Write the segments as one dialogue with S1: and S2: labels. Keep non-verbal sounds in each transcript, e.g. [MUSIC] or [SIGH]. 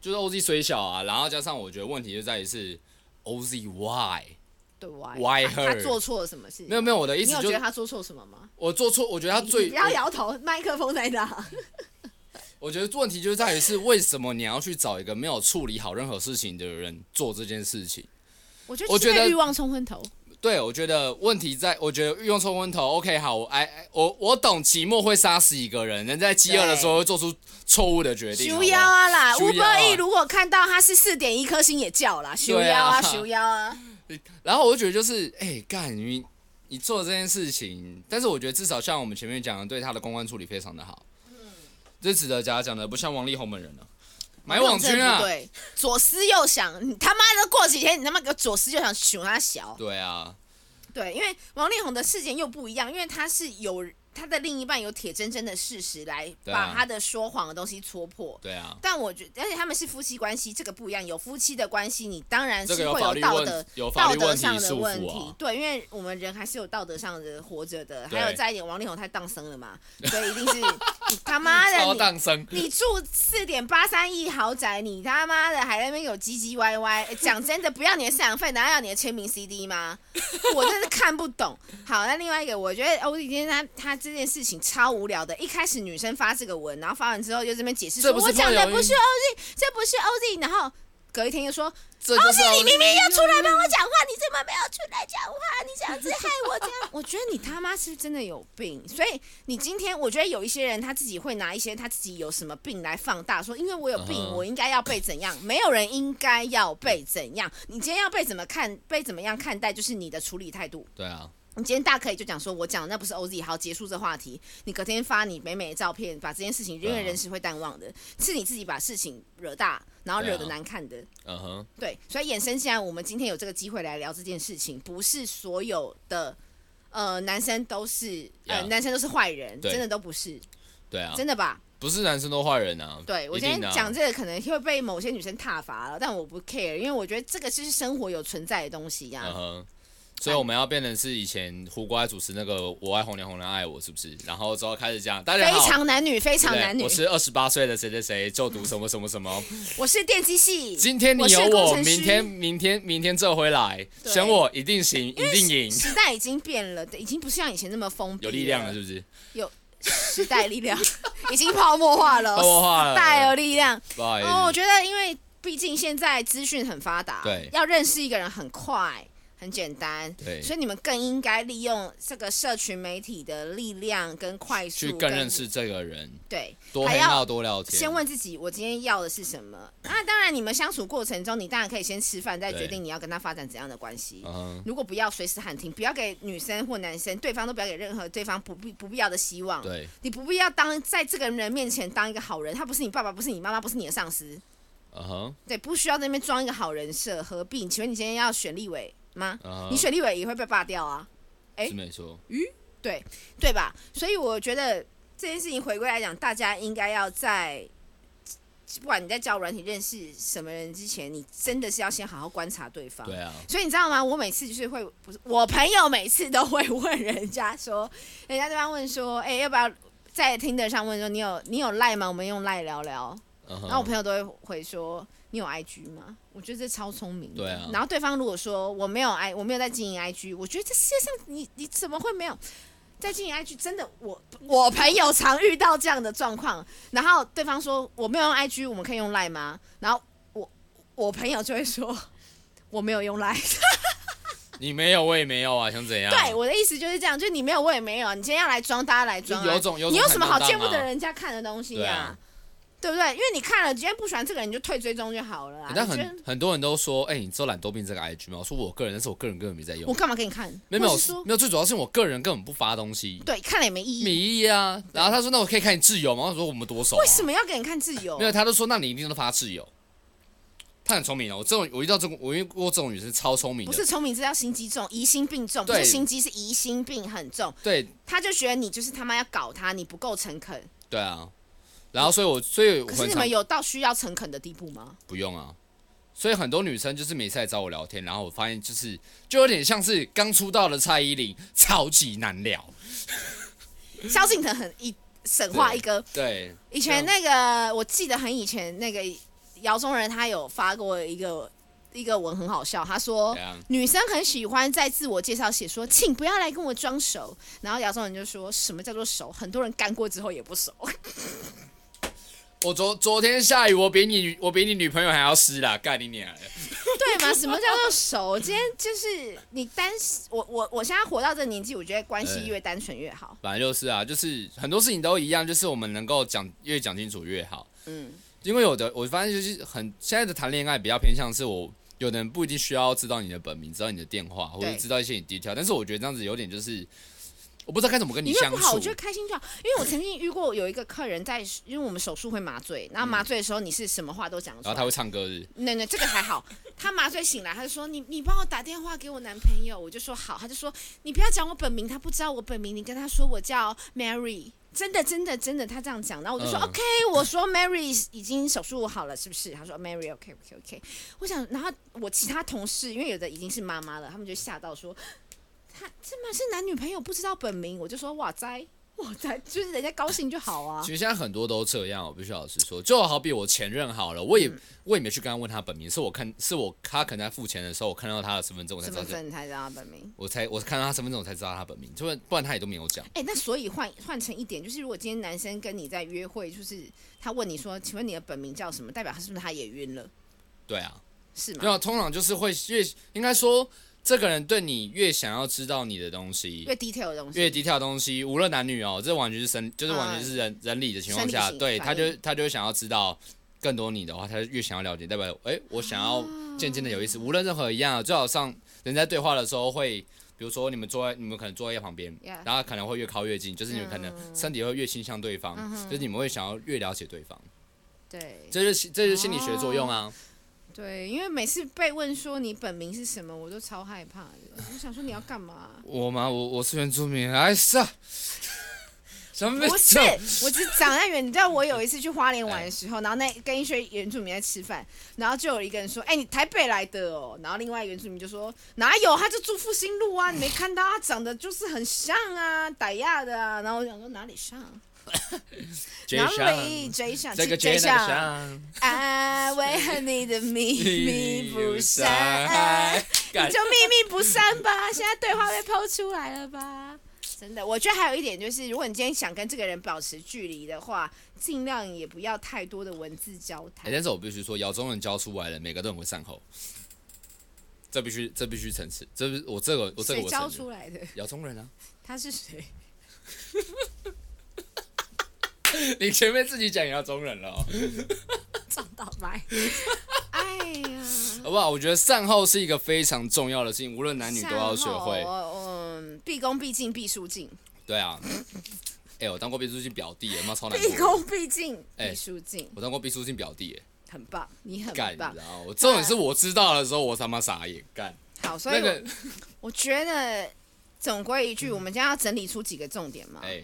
S1: 就是 OZ 虽小啊，然后加上我觉得问题就在于是 OZ why
S2: 对 why
S1: why
S2: 他做
S1: her
S2: 错了什么事情？
S1: 没有没有我的意
S2: 你
S1: 思
S2: 有
S1: 就
S2: 觉得
S1: 是
S2: 他做错什么吗？
S1: 我做错，我觉得他
S2: 你
S1: 最
S2: 你不要摇头，麦克风在哪？
S1: 我觉得问题就在于是 [LAUGHS] 为什么你要去找一个没有处理好任何事情的人做这件事情？
S2: [LAUGHS] 我觉
S1: 我
S2: 就是
S1: 觉
S2: 被
S1: 得
S2: 欲望冲昏头，
S1: 对，我觉得问题在，我觉得欲用冲昏头。OK，好，我哎，我我懂，寂寞会杀死一个人，人在饥饿的时候会做出错误的决定。好
S2: 熊
S1: 不
S2: 腰
S1: 好
S2: 啊啦
S1: 熊腰啊
S2: ！Uber E 如果看到他是四点一颗星也叫啦，熊腰啊，
S1: 对啊
S2: 熊腰啊！
S1: 然后我就觉得就是，哎、干你你做这件事情，但是我觉得至少像我们前面讲的，对他的公关处理非常的好，
S2: 嗯
S1: 这值得嘉奖的，不像王力宏本人了、 [LAUGHS] 买网
S2: 这
S1: 军
S2: 不
S1: 啊，
S2: 对，左思右想，你他妈的过几天你他妈给我左思右想，熊他小。
S1: 对啊，
S2: 对，因为王力宏的事件又不一样，因为他是有他的另一半有铁铮铮的事实来
S1: 对啊
S2: 把他的说谎的东西戳破。
S1: 对啊，
S2: 但我觉得，而且他们是夫妻关系，这个不一样。有夫妻的关系，你当然是
S1: 这个有
S2: 会
S1: 法律
S2: 道
S1: 问
S2: 德、
S1: 有法
S2: 道
S1: 律
S2: 德
S1: 问题
S2: 上的
S1: 束
S2: 问
S1: 缚
S2: 题
S1: 啊。
S2: 对，因为我们人还是有道德上的活着的。
S1: 对
S2: 还有再一点，王力宏太荡生了嘛，所以
S1: [LAUGHS]
S2: 一定是你他妈
S1: 超
S2: 的
S1: 当生，
S2: 你，你住四点八三亿豪宅，你他妈的还在那边有唧唧歪
S1: [LAUGHS]
S2: 歪。诶讲真的，不要你的赡养费，难道要你的签名 CD 吗？我真是看不懂。好，那另外一个，我觉得欧弟今天他他这件事情超无聊的。一开始女生发这个文，然后发完之后又这边解释说，
S1: 这不是
S2: 我讲
S1: 炮
S2: 的
S1: 友
S2: 不是
S1: 音
S2: 欧弟，这不是欧弟。然后隔一天又说，
S1: 这
S2: 欧
S1: 就是
S2: 弟哦你明明要出来帮
S1: 吗？
S2: 我讲话，你怎么没有出来讲话？你这样子害我这 [LAUGHS] 样，我觉得你他妈是不是真的有病？所以你今天，我觉得有一些人他自己会拿一些他自己有什么病来放大，说因为我有病
S1: 嗯哼
S2: 我应该要被怎样？没有人应该要被怎样。你今天要被怎么看，被怎么样看待，就是你的处理态度。
S1: 对啊，
S2: 你今天大可以就讲说，我讲的那不是 OZ，好，结束这话题。你隔天发你美美的照片，把这件事情，因
S1: 对
S2: 为
S1: 啊
S2: 人是会淡忘的，是你自己把事情惹大，然后惹得
S1: 对啊
S2: 难看的。
S1: 嗯哼，
S2: 对，所以衍生下来，我们今天有这个机会来聊这件事情，不是所有的呃男生都是呃
S1: Yeah
S2: 男生都是坏人，
S1: 对
S2: 真的都不是，
S1: 对啊，
S2: 真的吧？
S1: 不是男生都坏人啊，
S2: 对我
S1: 一
S2: 今天
S1: 定的啊
S2: 讲这个可能会被某些女生挞伐了，但我不 care，因为我觉得这个就是生活有存在的东西呀、
S1: 嗯哼，所以我们要变成是以前胡瓜主持那个“我爱红娘，红娘爱我”，是不是？然后之后开始讲，大家
S2: 非
S1: 好，
S2: 常男女，非
S1: 对
S2: 常男女。
S1: 我是二十八岁的谁谁谁，就读什么什么什么。
S2: 我是电机系，
S1: 今天你
S2: 我是
S1: 有
S2: 工
S1: 我，
S2: 程师
S1: 明天明天明天这回来，
S2: 对
S1: 选我一定行，一定赢，
S2: 时代已经变了，已经不像以前那么封闭，
S1: 有力量了，是不是？
S2: 时代力量 [LAUGHS] 已经泡沫化了，
S1: 泡沫化了
S2: 时代有力量。
S1: 不好意
S2: 哦，我
S1: 思，
S2: 觉得因为毕竟现在资讯很发达，
S1: 对
S2: 要认识一个人很快。很简单，
S1: 对
S2: 所以你们更应该利用这个社群媒体的力量跟快速
S1: 去更认，识这个人，
S2: 对，
S1: 多
S2: 还
S1: 黑
S2: 要
S1: 闹多聊天。
S2: 先问自己我今天要的是什么。那当然，你们相处过程中，你当然可以先吃饭，再
S1: 对
S2: 决定你要跟他发展怎样的关系。
S1: 嗯哼，
S2: 如果不要随时喊停，不要给女生或男生，对方都不要给任何对方不必不必要的希望。
S1: 对，
S2: 你不必要当在这个人面前当一个好人，他不是你爸爸，不是你妈妈，不是你的上司，
S1: 嗯哼，
S2: 对，不需要在那边装一个好人设，何必？请问你今天要选立委吗？
S1: 嗯
S2: 你
S1: 哼，
S2: 选立委也会被罢掉啊，哎
S1: 是没错，
S2: 对吧？所以我觉得这件事情回归来讲，大家应该要在。不管你在交友软体认识什么人之前，你真的是要先好好观察对方。
S1: 对啊，
S2: 所以你知道吗？我每次就是会，不是我朋友每次都会问人家说，人家对方问说，哎、要不要在听得上问说你有你有赖吗？我们用赖聊聊。
S1: 嗯
S2: 然后我
S1: 哼，
S2: 朋友都会回说，你有 IG 吗？我觉得这超聪明的。
S1: 对啊
S2: 然后对方如果说我没有 I，我没有在经营 IG，我觉得这世界上你你怎么会没有？在经营 IG，真的我我朋友常遇到这样的状况，然后对方说我没有用 IG，我们可以用 Line 吗？然后我我朋友就会说我没有用 Line，
S1: 你没有，我也没有啊，想怎样？
S2: 对，我的意思就是这样，就你没有，我也没有，你今天要来装，大家来装、啊，
S1: 就有种有种
S2: 你有什么好见不
S1: 坦荡
S2: 得
S1: 啊
S2: 人家看的东西
S1: 对
S2: 呀、
S1: 啊
S2: 对不对？因为你看了，今天不喜欢这个人，你就退追踪就好了啦。
S1: 欸但
S2: 你觉得
S1: 很很多人都说，哎、你知道懒惰病这个 IG 吗？我说我个人，但是我个人根本没在用
S2: 我，干嘛给你看？
S1: 没有没
S2: 或
S1: 有
S2: 是说
S1: 没有，最主要是我个人根本不发东西，
S2: 对，看了也没意义。
S1: 米粒啊。然后他说，那我可以看你挚友吗？我说我们多熟、啊？
S2: 为什么要给你看自由？
S1: 没有，他都说，那你一定都发挚友。他很聪明哦，我这种我遇到这种我遇过这种女生超聪明
S2: 不
S1: 的
S2: 是，聪明，这叫心机重，疑心病重，不
S1: 对
S2: 是心机，是疑心病很重。
S1: 对
S2: 他就觉得你就是他妈要搞他，你不够诚恳。
S1: 对啊。然后所以我所以我
S2: 可是
S1: 很
S2: 你
S1: 常
S2: 们有到需要诚恳的地步吗？
S1: 不用啊。所以很多女生就是每次来找我聊天，然后我发现就是就有点像是刚出道的蔡依林，超级难聊。
S2: 萧敬腾很一神话
S1: 对
S2: 一哥，
S1: 对，
S2: 以前那个我记得很以前那个姚中仁他有发过一个一个文很好笑，他说
S1: 怎样
S2: 女生很喜欢在自我介绍写说，请不要来跟我装熟。然后姚中仁就说什么叫做熟？很多人干过之后也不熟。
S1: 我昨昨天下雨，我比你我比你女朋友还要湿啦，干你娘的！
S2: [LAUGHS] 对嘛？什么叫做熟？今天就是你单，我我我现在活到这个年纪，我觉得关系
S1: 对
S2: 越单纯越好。
S1: 本来就是啊，就是很多事情都一样，就是我们能够讲越讲清楚越好。
S2: 嗯，
S1: 因为有的我发现就是很现在的谈恋爱比较偏向是我有的人不一定需要知道你的本名，知道你的电话，或者
S2: 对
S1: 知道一些你 detail，但是我觉得这样子有点就是我不知道该怎么跟
S2: 你越
S1: 相
S2: 不好，
S1: 处
S2: 我觉得。开心就好。因为我曾经遇过有一个客人在，因为我们手术会麻醉，然后麻醉的时候你是什么话都讲得出
S1: 然后
S2: 来。
S1: 他会唱歌日，
S2: 那那这个还好，他麻醉醒来，他就说你你帮我打电话给我男朋友，我就说好，他就说你不要讲我本名，他不知道我本名，你跟他说我叫 Mary，真的真的真的，他这样讲，然后我就说、
S1: 嗯
S2: OK，我说 Mary 已经手术好了，是不是？他说 Mary OK OK OK，我想，然后我其他同事因为有的已经是妈妈了，他们就吓到说他这么是男女朋友不知道本名，我就说哇塞哇塞，就是人家高兴就好啊
S1: 其，实现在很多都这样，我必须老实说，就好比我前任好了，我也、
S2: 嗯
S1: 我也没去跟他问他本名，是我看是我他可能在付钱的时候，我看到他的身份证，我才
S2: 身
S1: 知道
S2: 份
S1: 这，
S2: 证才知道他本名。
S1: 我才我看到他身份证，我才知道他本名，就不然他也都没有讲。
S2: 哎、那所以换换成一点，就是如果今天男生跟你在约会，就是他问你说：“请问你的本名叫什么？”代表他是不是他也晕了？
S1: 对啊，
S2: 是
S1: 没
S2: 吗？
S1: 有，通常就是会越应该说，这个人对你越想要知道你的东西，
S2: 越 detail 的东西
S1: 越低调的东西，无论男女哦，这完全是生，就是完全是人、人理的情况下，
S2: 啊生理性
S1: 对，
S2: 反
S1: 他就
S2: 应
S1: 他就会想要知道更多你的话，他就越想要了解，代表哎、我想要渐渐的有意思，无论任何一样，最好上人在对话的时候会。比如说，你们坐在你们可能坐在旁边
S2: Yeah 嗯
S1: 然后可能会越靠越近，就是你们可能身体会越倾向对方就是你们会想要越了解对方，
S2: 嗯对
S1: 这就是这就是心理学作用啊。？
S2: 对，因为每次被问说你本名是什么，我都超害怕的。我想说你要干嘛
S1: 我吗？我我是原住民，哎是
S2: [LAUGHS]
S1: 啊，什么
S2: 不是，我只是讲太远。你知道我有一次去花莲玩的时候，然后那跟一些原住民在吃饭，然后就有一个人说：“哎、你台北来的哦。”然后另外一个原住民就说：“哪有？他就住复兴路啊，你没看到他长得就是很像啊，傣亚的啊。”然后我想说哪里像？
S1: 绝
S2: 哪
S1: 杀
S2: 里追上？
S1: 这个
S2: 追
S1: 绝那个
S2: 上？
S1: 杀，
S2: 爱为何啊你的秘密不
S1: 哎
S2: 散？你
S1: 干
S2: 就秘密不散吧！ [LAUGHS] 现在对话被剖出来了吧？真的，我觉得还有一点就是，如果你今天想跟这个人保持距离的话，尽量也不要太多的文字交
S1: 哎
S2: 谈。
S1: 但是我必须说，姚中人教出来了，每个都很会善后，这必须这必须诚实，这不是我这个我这个
S2: 谁
S1: 我承
S2: 教
S1: 认。
S2: 出来的？
S1: 姚中人啊，
S2: 他是谁？
S1: [LAUGHS] 你前面自己讲姚中人了、哦，
S2: 撞到麦。哎呀，
S1: 好不好？我觉得善后是一个非常重要的事情，无论男女都要学
S2: 善后
S1: 会。
S2: 我嗯，毕恭毕敬，毕书尽。
S1: 对啊，哎、我当过毕书尽表弟耶，他妈超难
S2: 毕
S1: 过的。
S2: 恭毕敬，
S1: 哎
S2: 毕书尽，
S1: 我当过毕书尽表弟耶，
S2: 很棒，你很
S1: 干，你
S2: 棒
S1: 知。道吗我重点是我知道的时候，我他妈傻眼，干
S2: 好，所以
S1: 那
S2: 我
S1: 个
S2: 我觉得总归一句，我们今天要整理出几个重点嘛。
S1: 哎，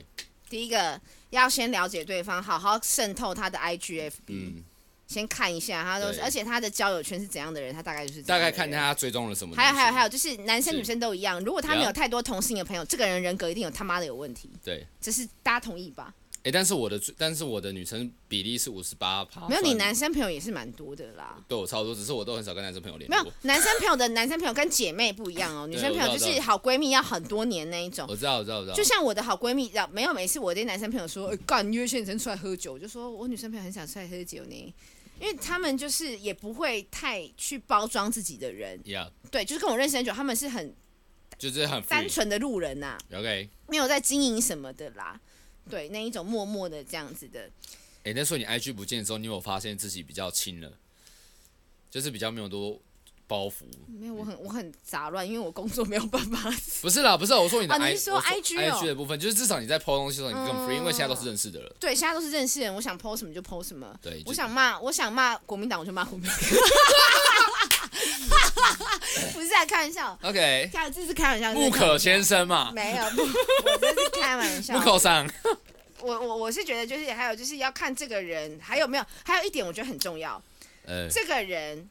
S2: 第一个要先了解对方，好好渗透他的 IGFB，、
S1: 嗯。
S2: 先看一下他都是，
S1: 对
S2: 而且他的交友圈是怎样的人，他大概就是
S1: 大概看
S2: 他。
S1: 他追踪了什么东西。
S2: 还有还有还有，就是男生
S1: 是
S2: 女生都一样，如果他没
S1: 对
S2: 有
S1: 啊
S2: 太多同性的朋友，这个人人格一定有他妈的有问题，
S1: 对，哎、
S2: 这是大家同意吧？
S1: 但是我的但是我的女生比例是五十八趴，
S2: 没有，你
S1: 算嗯
S2: 男生朋友也是蛮多的啦。
S1: 对我差不多，只是我都很少跟男生朋友联
S2: 没有
S1: 络。
S2: 男生朋友的男生朋友跟姐妹不一样哦，女生朋友
S1: 我知道
S2: 就是好闺蜜要很多年那一种。
S1: 我知道，我知道，我知道。
S2: 就像我的好闺蜜，然后没有每次我的男生朋友说，呃干、你约现成出来喝酒，我就说我女生朋友很想出来喝酒呢，因为他们就是也不会太去包装自己的人，
S1: 呀
S2: 对，就是跟我认识很久，他们是很
S1: 就是很
S2: 单
S1: free。
S2: 纯的路人呐、
S1: OK，
S2: 没有在经营什么的啦，对，那一种默默的这样子的，
S1: 哎、那时候你 IG 不见的时候，你有发现自己比较轻了，就是比较没有多包袱。
S2: 没有，我很我很杂乱，因为我工作没有办法， [LAUGHS]
S1: 不是啦，不是啦，我说你的
S2: 哦
S1: I，、
S2: 你是说 IG 哦
S1: IG 的部分，就是至少你在 PO 东西的时候你更 free，、
S2: 嗯
S1: 因为现在都是认识的了。
S2: 对，现在都是认识人，我想 PO 什么就 PO 什么，
S1: 对，
S2: 我
S1: 就
S2: 想骂，我想骂国民党，我就骂
S1: [LAUGHS]
S2: 国民党， [LAUGHS] 不是啊在开玩笑，
S1: OK，
S2: 开这是开玩笑，
S1: 木可先
S2: 生
S1: 生嘛，
S2: 没有，不我这是开玩笑
S1: 木。可桑，
S2: 我我我是觉得就是还有就是要看这个人还有没有，还有一点我觉得很重要，
S1: 呃，
S2: 这个人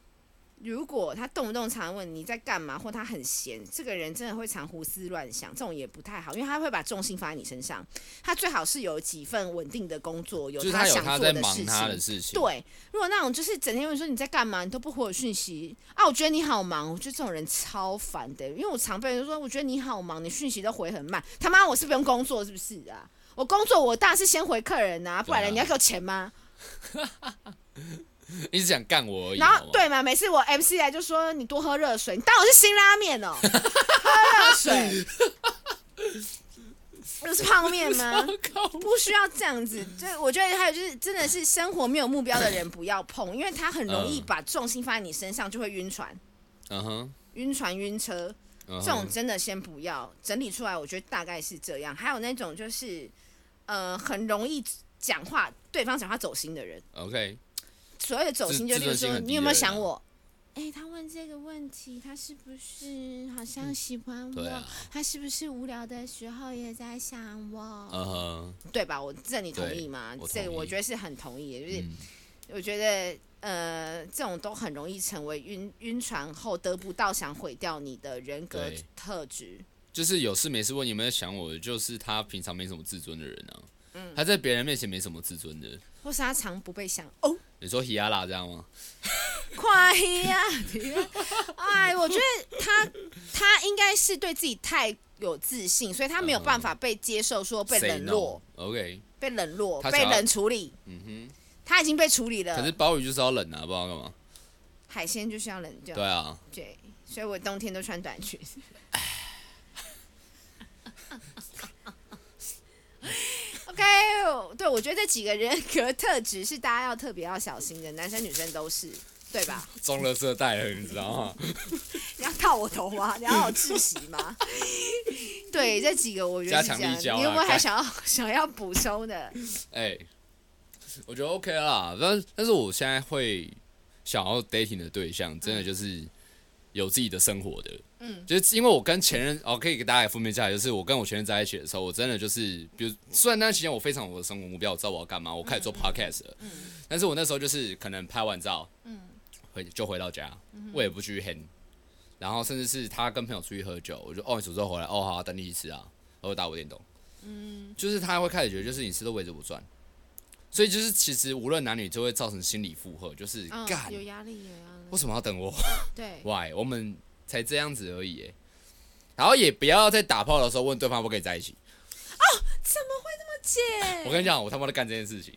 S2: 如果他动不动常问你在干嘛，或他很闲，这个人真的会常胡思乱想，这种也不太好，因为他会把重心放在你身上。他最好是有几份稳定的工作，有
S1: 就是他有
S2: 想
S1: 他
S2: 做
S1: 在
S2: 的事
S1: 忙
S2: 情。
S1: 他的事情，，
S2: 对，如果那种就是整天问说你在干嘛，你都不回我讯息啊，我觉得你好忙，我觉得这种人超烦的，因为我常被人说我觉得你好忙，你讯息都回很慢，他妈我是不用工作是不是啊？我工作我当然是先回客人啊，不然
S1: 对啊
S2: 人家给我钱吗？
S1: 一直想干我而已，
S2: 然
S1: 好
S2: 后
S1: 吗，
S2: 对嘛，每次我 MC 来就说你多喝热水，你当我是辛拉面哦，喝热水， [LAUGHS] 那是泡面吗？
S1: 我靠，
S2: 不需要这样子。对，我觉得还有就是，真的是生活没有目标的人不要碰，因为他很容易
S1: 嗯
S2: 把重心放在你身上，就会晕船、
S1: 嗯哼，
S2: 晕船、晕车。
S1: 嗯
S2: 这
S1: 哼
S2: 种真的先不要整理出来，我觉得大概是这样。还有那种就是，呃，很容易讲话，对方讲话走心的人，
S1: OK，
S2: 所谓的走心，就
S1: 自
S2: 例如
S1: 自尊心
S2: 说，
S1: 很低
S2: 你有没有
S1: 的人
S2: 想
S1: 啊
S2: 我？哎、他问这个问题，他是不是好像喜欢我？
S1: 对啊，
S2: 他是不是无聊的时候也在想我？
S1: 嗯哼，
S2: 啊对吧？我这你同
S1: 对
S2: 意吗？
S1: 我同
S2: 这
S1: 意
S2: 我觉得是很同意的，就是
S1: 嗯
S2: 我觉得呃，这种都很容易成为晕晕船后得不到想毁掉你的人格
S1: 对
S2: 特质。
S1: 就是有事没事问你有没有想我，就是他平常没什么自尊的人啊，
S2: 嗯
S1: 他在别人面前没什么自尊的。
S2: 或是他常不被想哦，
S1: 你说希亚拉这样吗？
S2: 快呀！ [LAUGHS] 哎，我觉得他他应该是对自己太有自信，所以他没有办法被接受说被
S1: 嗯 Say
S2: 冷落、
S1: no。OK，
S2: 被冷落、
S1: 他想
S2: 被
S1: 要
S2: 冷处理。
S1: 嗯
S2: 他已经被处理
S1: 哼。可是
S2: 了，
S1: 鲍鱼就是要冷啊，不知道干嘛。
S2: 海鲜就是要冷掉。
S1: 对啊，
S2: 对，所以我冬天都穿短裙。OK，对，我觉得这几个人格特质是大家要特别要小心的，男生女生都是，对吧？
S1: 中了色带了，你知道吗？
S2: 你要套我头吗？你要我窒息吗？对，这几个我觉得是
S1: 加强
S2: 这样。
S1: 力交啊
S2: 你有没有还
S1: 该
S2: 想要 [LAUGHS] 想要补充的？
S1: 哎、我觉得 OK 啦，但但是我现在会想要 dating 的对象，真的就是有自己的生活的。
S2: 嗯，
S1: 就是因为我跟前任哦，可以给大家一个负面价值，就是我跟我前任在一起的时候，我真的就是，比如虽然那段期间我非常有我的生活目标，我知道我要干嘛，我开始
S2: 嗯
S1: 做 podcast 了，但是我那时候就是可能拍完照，嗯，回就回到家，
S2: 嗯
S1: 我也不去 hang，然后甚至是他跟朋友出去喝酒，我就哦你什么时候回来？哦好、啊，等你一起吃啊，然后打我电动，嗯，就是他会开始觉得就是你吃都围着我转，所以就是其实无论男女就会造成心理负荷，就是
S2: 嗯
S1: 干、
S2: 有压力，有压
S1: 为
S2: 力。
S1: 什么要等我？
S2: 对，
S1: Why？我们才这样子而已耶，然后也不要在打炮的时候问对方会不会跟你在一起。
S2: 哦姐，
S1: 我跟你讲，我他妈在干这件事情。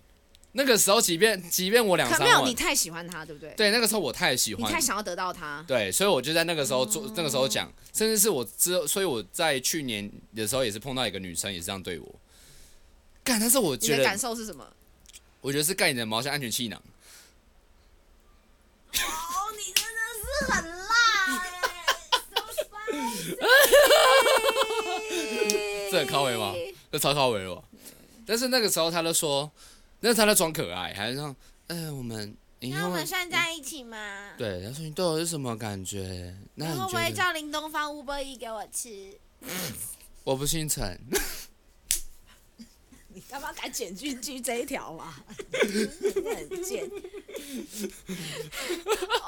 S1: 那个时候，即便即便我两
S2: 可
S1: 三
S2: 没有，
S1: 万
S2: 你，太喜欢他，对不对？
S1: 对，那个时候我太喜
S2: 你
S1: 欢
S2: 太，想要哦得到他。
S1: 对，所以我就在那个时候做，那个时候讲，甚至是我之后，所以我在去年的时候也是碰到一个女生，也是这样对我。干，但是我
S2: 你
S1: 觉
S2: 的感
S1: 得，
S2: 受是什么？
S1: 我觉得是盖你的毛像安全气囊。
S2: 哦，你真的是很辣哎嗯
S1: 这很靠北吗这超超维我。但是那个时候他就说，那是他在装可爱，还是说，嗯、我们，你
S3: 那
S1: 看
S3: 我们算在一起吗？
S1: 对，他说你对我是什么感觉？那
S3: 然
S1: 你
S3: 后我
S1: 觉
S3: 会
S1: 得
S3: 叫林东方乌波一给我吃。
S1: 我不姓陈，
S2: 你干嘛敢剪进去这一条啊？很贱！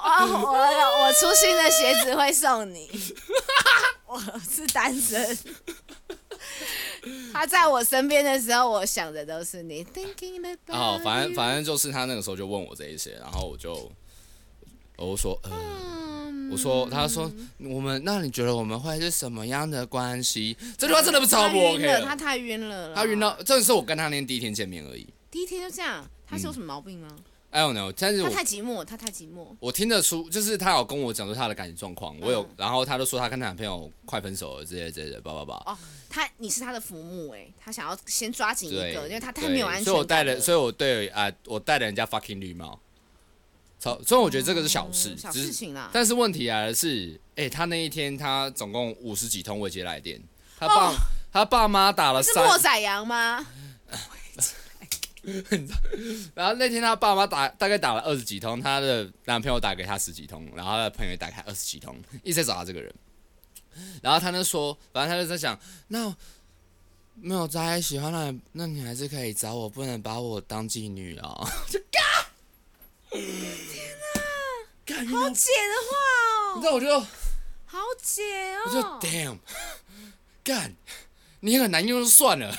S2: 我我我出新的鞋子会送你，我是单身。他在我身边的时候，我想的都是你。Thinking about
S1: [LAUGHS] 哦，反正
S2: you
S1: 反正就是他那个时候就问我这一些，然后我就我就说，呃，
S2: 嗯
S1: 我说，他说我们，那你觉得我们会是什么样的关系？这句话真的超
S2: 他
S1: 不
S2: 晕
S1: OK
S2: 了，他
S1: 了，
S2: 太晕了啦，
S1: 他晕到，这是我跟他那天第一天见面而已。
S2: 第一天就这样，他是有什么毛病吗？
S1: I don't know，但是
S2: 他
S1: 我
S2: 太寂寞，他太寂寞。
S1: 我听得出，就是他有跟我讲说他的感情状况，我有，
S2: 嗯
S1: 然后他就说他跟她男朋友快分手了，之类之类的，叭叭叭。
S2: 哦，他你是他的浮木哎、他想要先抓紧一
S1: 对，
S2: 个，因为他太
S1: 对
S2: 没有安全感
S1: 所以我戴了，所
S2: 以
S1: 以我对啊、我戴了人家 fucking 绿帽。超，所以我觉得这个是小事，
S2: 哦小
S1: 只
S2: 事
S1: 是
S2: 情啊啦。
S1: 但是问题来了是，哎、他那一天他总共五十几通未接来电，他爸、他爸妈打了
S2: 哦是
S1: 三，
S2: 莫宰阳吗？
S1: 然后那天他爸妈打大概打了二十几通，他的男朋友打给他十几通，然后他的朋友也打给他二十几通，一直在找他这个人。然后他就说，反正他就在想，那没有在一起的话，那那你还是可以找我，不啊 [LAUGHS] 能把我当妓女哦。就嘎，天干运
S2: 好
S1: 动，
S2: 解
S1: 你
S2: 的话哦，
S1: 知道我就我
S2: 好解哦。
S1: 就 damn，干，你很难用就算
S2: [LAUGHS]
S1: 了，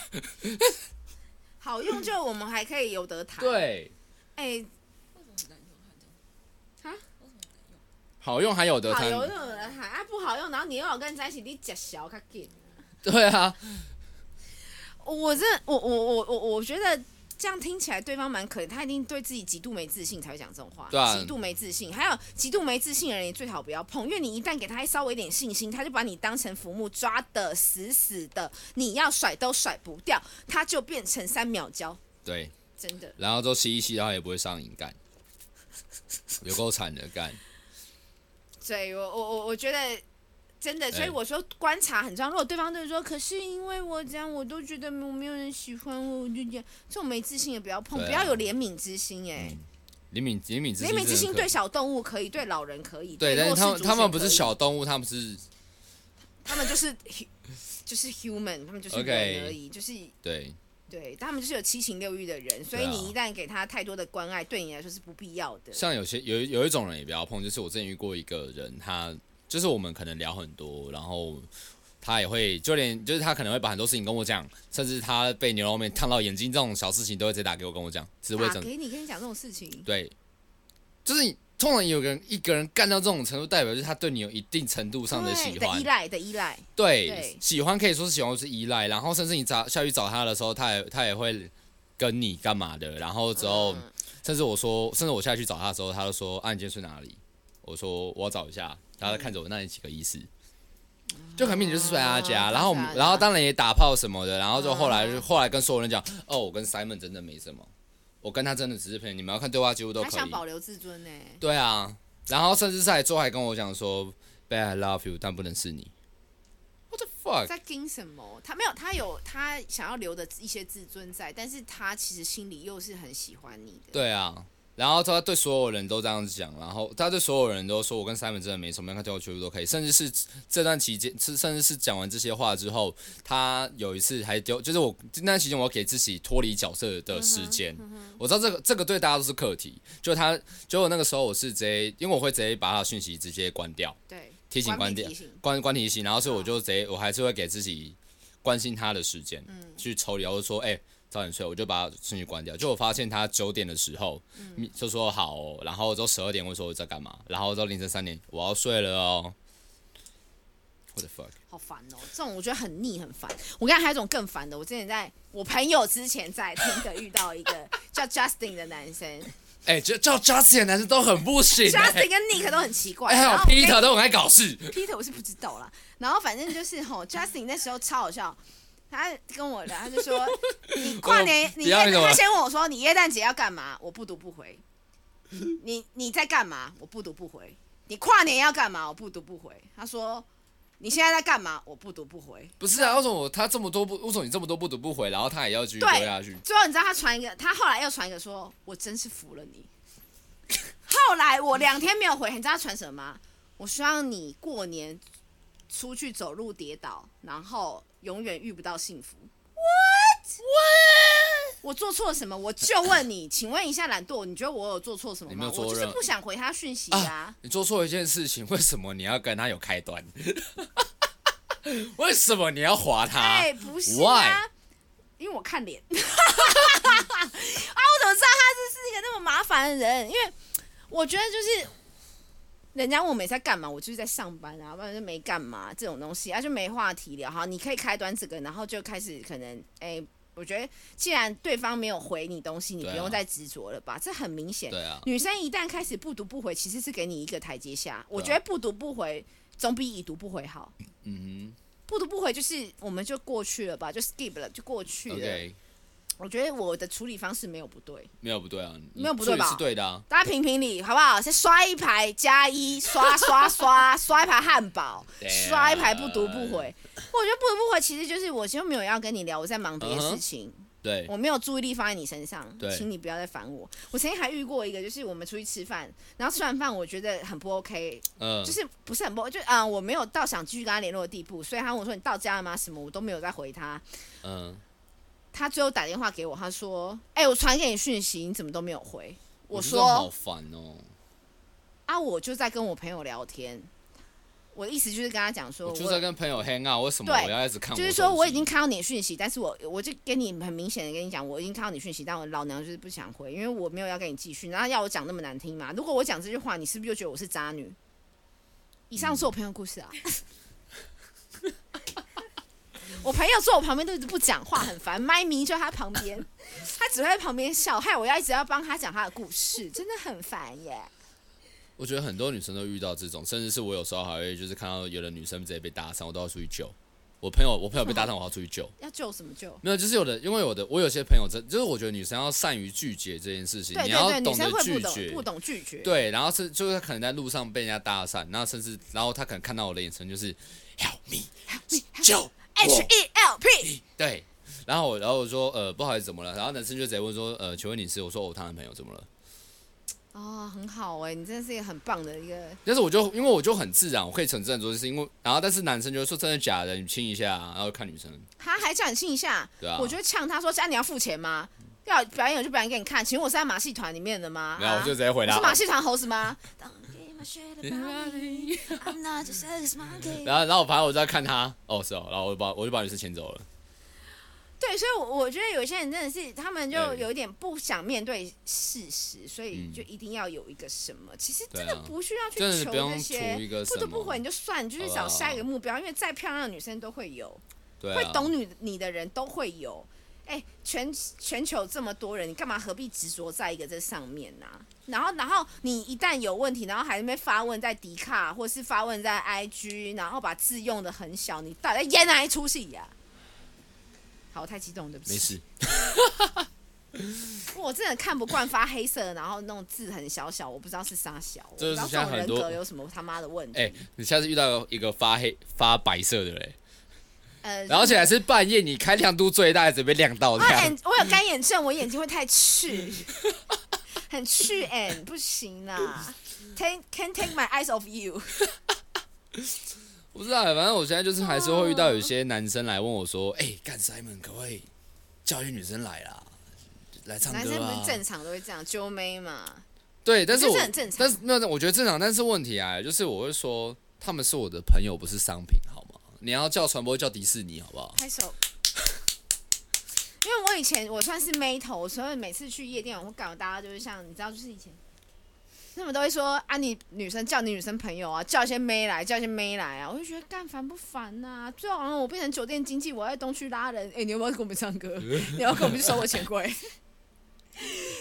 S2: 好用就我们还可以有得谈。，
S1: 对，
S2: 哎，
S1: 好用还有得
S2: 好
S1: 贪，
S2: 用有得谈啊，不好用，然后你又要跟人在一起，你假小较紧。
S1: 对啊，
S2: 我这我我我我我觉得这样听起来对方蛮可怜，他一定对自己极度没自信才会讲这种话，
S1: 对啊
S2: 极度没自信，还有极度没自信的人，你最好不要碰，因为你一旦给他稍微一点信心，他就把你当成浮木，抓得死死的，你要甩都甩不掉，他就变成三秒胶，
S1: 对，
S2: 真的。
S1: 然后都吸一吸，然后也不会上瘾，干，有够惨的干，
S2: 对我我我我觉得真的，所以
S1: 哎
S2: 我说观察很重要。如果对方就是说，可是因为我这样，我都觉得我没有人喜欢我，我就这样，这种没自信也不要碰，
S1: 对啊
S2: 不要有怜悯之 [LAUGHS] 心哎、
S1: 灵嗯敏灵敏之
S2: 怜悯之心
S1: 真的
S2: 对
S1: 很可
S2: 小动物可以，对老人可以，
S1: 对，但
S2: 弱
S1: 是
S2: 势
S1: 他们
S2: 族
S1: 他们
S2: 群
S1: 不
S2: 可
S1: 是
S2: 以，
S1: 小动物，他们是
S2: 他们就是 [LAUGHS] hu- 就是 human，他们就是
S1: OK
S2: 人而已就是
S1: 对
S2: 对，他们就是有七情六欲的人，所以
S1: 对啊
S2: 你一旦给他太多的关爱，对你来说是不必要的。
S1: 像有些有有一种人也不要碰，就是我之前遇过一个人，他就是我们可能聊很多，然后他也会就连就是他可能会把很多事情跟我讲，甚至他被牛肉面烫到眼睛这种小事情都会直接打给我跟我讲，只是为
S2: 打
S1: 整
S2: 啊给你跟你讲这种事情，
S1: 对，就是你通常有个人一个人干到这种程度，代表就是他对你有一定程度上的
S2: 对
S1: 喜
S2: 的
S1: 欢
S2: 依，赖的依赖，
S1: 对，
S2: 对
S1: 喜欢可以说是喜欢，或是依赖，然后甚至你找下去找他的时候，他也他也会跟你干嘛的，然后之后。
S2: 嗯
S1: 甚至我说，甚至我下去找他的时候，他就说：“啊，你今天睡哪里？”我说：“我要找一下。”然后他看着我，那你几个意思？就很明显就是睡他家，
S2: 哦
S1: 然后我们
S2: 睡他，家
S1: 然后当然也打炮什么的，然后就后来就
S2: 嗯
S1: 后来跟所有人讲：“哦，我跟 Simon 真的没什么，我跟他真的只是朋友。你们要看对话记录都
S2: 他
S1: 可
S2: 想
S1: 以。
S2: 保留自尊欸呢、”
S1: 对啊，然后甚至在之后还跟我讲说：“Babe, I love you，但不能是你。” What the fuck？
S2: 在盯什么？他没有，他有他想要留的一些自尊在，但是他其实心里又是很喜欢你的。
S1: 对啊，然后他对所有人都这样子讲，然后他对所有人都说我跟 Simon 真的没什么，看对我全部都可以，甚至是这段期间，是甚至是讲完这些话之后，他有一次还丢，就是我那段期间我要给自己脱离角色的时间，我知道这个这个对大家都是课题，就他就我那个时候我是直接，因为我会直接把他的讯息直接关掉，
S2: 对，
S1: 提醒
S2: 关
S1: 关
S2: 闭
S1: 掉
S2: 提醒，
S1: 关关提醒，然后所以我就直接我还是会给自己关心他的时间，
S2: 嗯
S1: 去抽离，我就说哎。早点睡，我就把顺序关掉。就我发现他九点的时候，嗯、就说好哦、然后之后十二点我说我在干嘛，然后到凌晨三点我要睡了哦。What the fuck？
S2: 好烦哦！这种我觉得很腻，很烦。我跟你讲还有一种更烦的，我之前在我朋友之前在听的遇到一个叫 Justin 的男生
S1: [LAUGHS] 哎、就叫 Justin 的男生都很不行、哎
S2: ，Justin 跟 Nick 都很奇怪。
S1: 哎还有
S2: 然后我跟你
S1: Peter 都很爱搞事。
S2: Peter 我是不知道啦。然后反正就是吼，Justin 那时候超好笑，他跟我聊，他就说你跨年，你
S1: 不要
S2: 耶
S1: 那种啊
S2: 他先问我说你耶诞节要干嘛？我不读不回。你你在干嘛？我不读不回。你跨年要干嘛？我不读不回。他说你现在在干嘛？我不读不回。
S1: 不是啊，为什么我他这么多不？为什么你这么多不读不回，然后他也要继续
S2: 对
S1: 拖下去？
S2: 最后你知道他传一个，他后来又传一个说，我真是服了你。 [LAUGHS] 后来我两天没有回，你知道他传什么吗？我希望你过年出去走路跌倒，然后永远遇不到幸福。What？What？我做错了什么？我就问你，请问一下懒惰，你觉得我有做错什么
S1: 你没
S2: 吗
S1: 有？做
S2: 我就是
S1: 任
S2: 不想回他讯息啊
S1: 你做错一件事情，为 [LAUGHS] 什么你要跟他有开端？ [LAUGHS] 为什么你要划他？
S2: 哎、不是啊因为我看脸 [LAUGHS] 啊，我怎么知道他这是一个那么麻烦的人？因为我觉得就是人家问我没在干嘛，我就是在上班啊，不然就没干嘛这种东西啊，就没话题聊。好，你可以开端这个，然后就开始可能哎、我觉得既然对方没有回你东西，你
S1: 对啊
S2: 不用再执着了吧，这很明显。
S1: 对啊，
S2: 女生一旦开始不读不回，其实是给你一个台阶下。我觉得不读不回总比已读不回好。
S1: 嗯
S2: 不读不回就是我们就过去了吧，就 skip 了，就过去
S1: 哼
S2: 了。
S1: ，OK，
S2: 我觉得我的处理方式没有不对，
S1: 没有不对啊，你
S2: 没有不对吧
S1: 处理是对的啊，
S2: 大家评评理好不好？先刷一排加一，刷刷刷刷一排汉堡，
S1: 对啊
S2: 刷一排不读不回。我觉得不读不回其实就是我就没有要跟你聊，我在忙别的
S1: 嗯哼
S2: 事情
S1: 对
S2: 我没有注意力放在你身上，
S1: 对
S2: 请你不要再烦我。我曾经还遇过一个，就是我们出去吃饭，然后吃完饭我觉得很不 OK，
S1: 嗯，
S2: 就是不是很不就嗯、呃我没有到想继续跟他联络的地步，所以他问我说你到家了吗？什么我都没有再回他。
S1: 嗯，
S2: 他最后打电话给我，他说：“哎、我传给你讯息，你怎么都没有回？”我
S1: 觉得这种好
S2: 说
S1: 烦哦，：“
S2: 啊，啊，我就在跟我朋友聊天。我的意思就是跟他讲说，
S1: 我
S2: 我
S1: 就在跟朋友 hang out，为什么
S2: 对
S1: 我要一直看我手
S2: 就
S1: 机？
S2: 是说我已经看到你的讯息，但是我我就跟你很明显的跟你讲，我已经看到你讯息，但我老娘就是不想回，因为我没有要跟你继续，然后要我讲那么难听嘛？如果我讲这句话，你是不是就觉得我是渣女？以上是我朋友的故事啊。 [LAUGHS] 我朋友坐我旁边都一直不讲话，很烦。麦咪就在他旁边，他只会在旁边笑，害我要一直要帮他讲他的故事，真的很烦耶。
S1: 我觉得很多女生都遇到这种，甚至是我有时候还会就是看到有的女生直接被搭讪，我都要出去救。我朋友，我朋友被搭讪，我要出去救。 [LAUGHS]
S2: 要救什么救？
S1: 没有，就是有的，因为有的，我有些朋友真就是我觉得女生要善于拒绝这件事情，
S2: 对
S1: 你
S2: 对
S1: 要
S2: 对，女
S1: 懂
S2: 生
S1: 得
S2: 会不
S1: 拒
S2: 懂
S1: 绝，
S2: 不懂拒绝。
S1: 对，然后是就是可能在路上被人家搭讪，然后甚至然后他可能看到我的眼神就是 help me 救我
S2: H E L P，
S1: 对，然后我然后我说呃不好意思怎么了，然后男生就直接问说呃请问你是？我说我他男朋友怎么了？
S2: 哦，很好哎、你真的是一个很棒的一个，
S1: 但是我就因为我就很自然，我可以承认说是因为然后但是男生就会说真的假的，你亲一下啊，然后看女生
S2: 他还叫你亲一下，
S1: 对啊，
S2: 我就会呛他说：“现在你要付钱吗？要表演我就表演给你看，请问我是在马戏团里面的吗？”
S1: 没有我
S2: 啊
S1: 就直接回
S2: 你
S1: 答
S2: 是马戏团猴子吗？
S3: Don't give a shit about me. I'm not just a monkey.
S1: 然后然后我反正我就在看他哦是哦，然后我就把我就把女生牵走了。
S2: 对，所以我，我觉得有些人真的是，他们就
S1: 对
S2: 有一点不想面对事实，所以
S1: 嗯
S2: 就一定要有一个什么。其实
S1: 对
S2: 真的
S1: 啊
S2: 不需要去
S1: 真的
S2: 求
S1: 不用
S2: 这
S1: 图
S2: 些
S1: 一个，
S2: 不
S1: 什
S2: 得
S1: 么哦
S2: 不回你就算，你就去
S1: 好
S2: 找
S1: 不
S2: 下一个
S1: 好
S2: 目标，因为再漂亮的女生都会有，
S1: 对、啊，
S2: 会懂你你的人都会有。哎、全全球这么多人，你干嘛何必执着在一个这上面呢、然后，然后你一旦有问题，然后还在那边发问在迪卡，或是发问在 IG，然后把字用的很小，你到底在演哪一出戏呀、好，我太激动了，对不起。
S1: 没事。
S2: 我真的看不惯发黑色，然后那种字很小小，我不知道是啥小，我不
S1: 这
S2: 知
S1: 就是现
S2: 道
S1: 在
S2: 种人
S1: 很多
S2: 格有什么他妈的问题。
S1: 哎、你下次遇到一个发黑发白色的嘞，
S2: 呃，
S1: 然后而且还是半夜，你开亮度最大，准备亮到这
S2: 啊，
S1: 样
S2: 眼。我有干眼症，我眼睛会太赤，很赤哎，不行啦。Take can take my eyes off you，
S1: 不知道，反正我现在就是还是会遇到有些男生来问我
S2: 哦
S1: 说：“哎、干 Simon 可不可以叫一些女生来啦，来唱
S2: 男
S1: 歌
S2: 生不
S1: 啊
S2: 是正常都会这样揪妹嘛？？”
S1: 对，但是
S2: 我
S1: 我
S2: 觉得这很正常
S1: 但是没有，我觉得正常。但是问题啊，就是我会说他们是我的朋友，不是商品，好吗？你要叫传播叫迪士尼，好不好？
S2: 拍手。因为我以前我算是妹头，所以每次去夜店我会搞，大家就是像你知道，就是以前他们都会说啊，你女生叫你女生朋友啊，叫一些妹来，叫一些妹来啊，我就觉得干烦不烦呐、最好让我变成酒店经济，我要在东区拉人，哎、你要不要跟我们唱歌？ [LAUGHS] 你要跟我们去收我钱柜？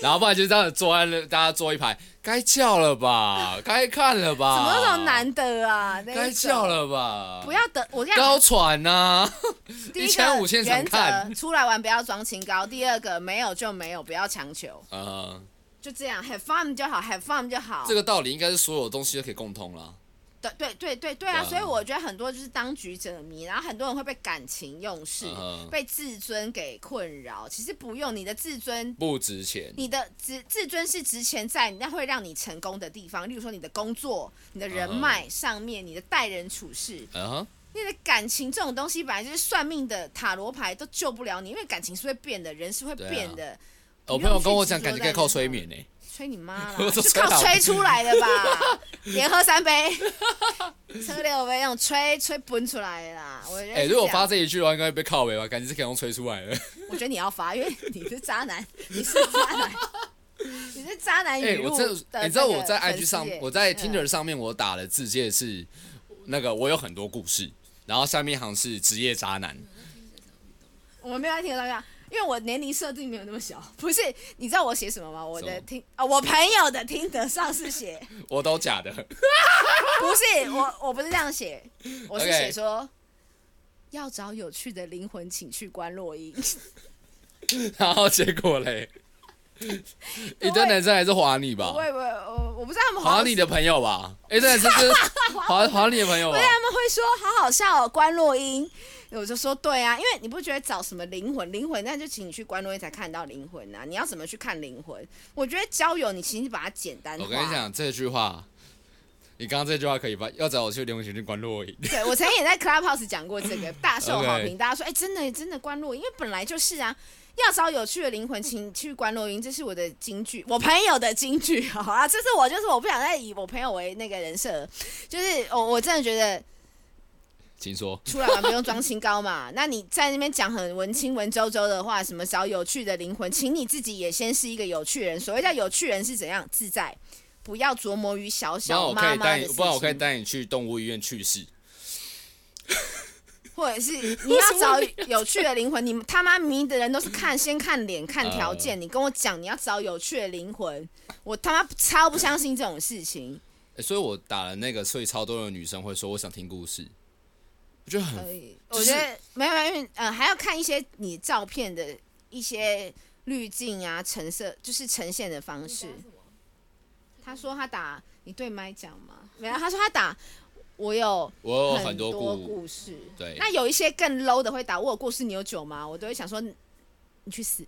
S1: 然后不然就这样坐在那，大家坐一排，该叫了
S2: [LAUGHS]
S1: 吧，该看了吧，
S2: 怎么那种难得啊？那一
S1: 哦
S2: 种
S1: 该叫，了吧，
S2: 不要得我跟你
S1: 高啊
S2: 讲，
S1: 喘呐、
S2: 第一
S1: 1500
S2: 个
S1: 现场
S2: 原则
S1: 看
S2: 出来玩不要装清高，第二个没有就没有，不要强求，
S1: 呃，
S2: 就这样，have fun 就好，have fun 就好。
S1: 这个道理应该是所有东西都可以共通啦。
S2: 对对对对对
S1: 对
S2: 啊！
S1: 啊
S2: 所以我觉得很多就是当局者迷，然后很多人会被感情用事
S1: 嗯哼
S2: 被自尊给困扰。其实不用，你的自尊，
S1: 不值钱。
S2: 你的自自尊是值钱在那会让你成功的地方，例如说你的工作、你的人脉上面、你的待人处事、
S1: 嗯哼，
S2: 你的感情这种东西，本来就是算命的塔罗牌都救不了你，因为感情是会变的，人是会
S1: 对啊
S2: 变的。
S1: 我
S2: 不
S1: 朋友
S2: 用去
S1: 跟我
S2: 执
S1: 讲，
S2: 着
S1: 感觉
S2: 在
S1: 可以靠
S2: 那
S1: 催
S2: 上
S1: 眠呢、
S2: 吹你妈啦！
S1: [LAUGHS] 我
S2: 就
S1: 说吹
S2: 靠
S1: 老
S2: 吹出来的吧，连喝
S1: [LAUGHS]
S2: 三杯，喝六杯那种吹吹崩出来的啦。我觉得
S1: 哎、
S2: 是
S1: 如果
S2: 这样
S1: 发，这一句的话，应该会被靠背吧？感觉是可以用催出来的。
S2: 我觉得你要发，因为你是渣
S1: [LAUGHS]
S2: 男，你是渣男，你是渣男
S1: 哎、
S2: 语
S1: [LAUGHS] 我
S2: 录
S1: 真的
S2: 的这个粉丝耶。
S1: 你知道我在 IG 上，我在
S2: 嗯
S1: Tinder 上面我打的字界是那个我有很多故事，然后下面一行是职业渣男。 [LAUGHS]
S2: 我们没有在听得到呀，因为我年龄设定没有那么小。不是，你知道我写什么吗？我
S1: 什
S2: 的
S1: 么
S2: 听啊、我朋友的听得上是写，
S1: 我都假的， [LAUGHS]
S2: [LAUGHS] 不是我，我不是这样写，我是
S1: OK
S2: 写说。要找有趣的灵魂，请去关洛音。
S1: 然后结果 [LAUGHS] 嘞，一堆男生还是划你吧
S2: [LAUGHS] 不，会不会，我我不知道他们
S1: 划
S2: 好
S1: 哦你哦的朋友吧，一堆男生就是 [LAUGHS] 划划你的朋友吧
S2: 对，，他们会说好好笑哦，关洛音。我就说对啊，因为你不觉得找什么灵魂，灵魂那就请你去关洛音才看到灵魂啊。你要怎么去看灵魂？我觉得交友你其实把它简单化。
S1: 我跟你，讲这句话，你刚刚这句话可以吧？要找我去联盟群去关录影。
S2: 对
S1: [LAUGHS]
S2: 我曾经也在 Clubhouse 讲过这个，大受好
S1: OK
S2: 评。大家说，哎、真的真的关洛音，因为本来就是啊，要找有趣的灵魂，
S1: 嗯
S2: 请去关洛云，这是我的金句，我朋友的金句， [LAUGHS] 好啊，这是我就是我不想再以我朋友为那个人设，就是我我真的觉得
S1: 请说。
S2: 出来玩不用装清高嘛。 [LAUGHS] 那你在那边讲很文青文绉绉的话，什么找有趣的灵魂，请你自己也先是一个有趣人。所谓叫有趣人是怎样自在，不要琢磨于小
S1: 不然
S2: 小
S1: 我可
S2: 妈
S1: 以
S2: 妈
S1: 带
S2: 的
S1: 你，
S2: 事
S1: 不然我可以
S2: 情，
S1: 带你去动物医院去世。
S2: 或 [LAUGHS] 者是你要找有趣的灵魂。你们他妈迷的人都是看先看脸看条件，你跟我讲你要找有趣的灵魂，我他妈超不相信这种事情。
S1: 欸所以我打了那个，所以超多的女生会说我想听故事，我觉得很
S2: 可以，
S1: 就
S2: 我
S1: 是
S2: 觉得没有没有，因为呃还要看一些你照片的一些滤镜啊、成色，就是呈现的方式。他说他打你对麦讲吗？没有，他说他打我有
S1: 我有哦很
S2: 多
S1: 多故，
S2: 故事。
S1: 对，
S2: 那有一些更 low 的会打我有故事，你有酒吗？我都会想说你去
S1: [LAUGHS]
S2: 死。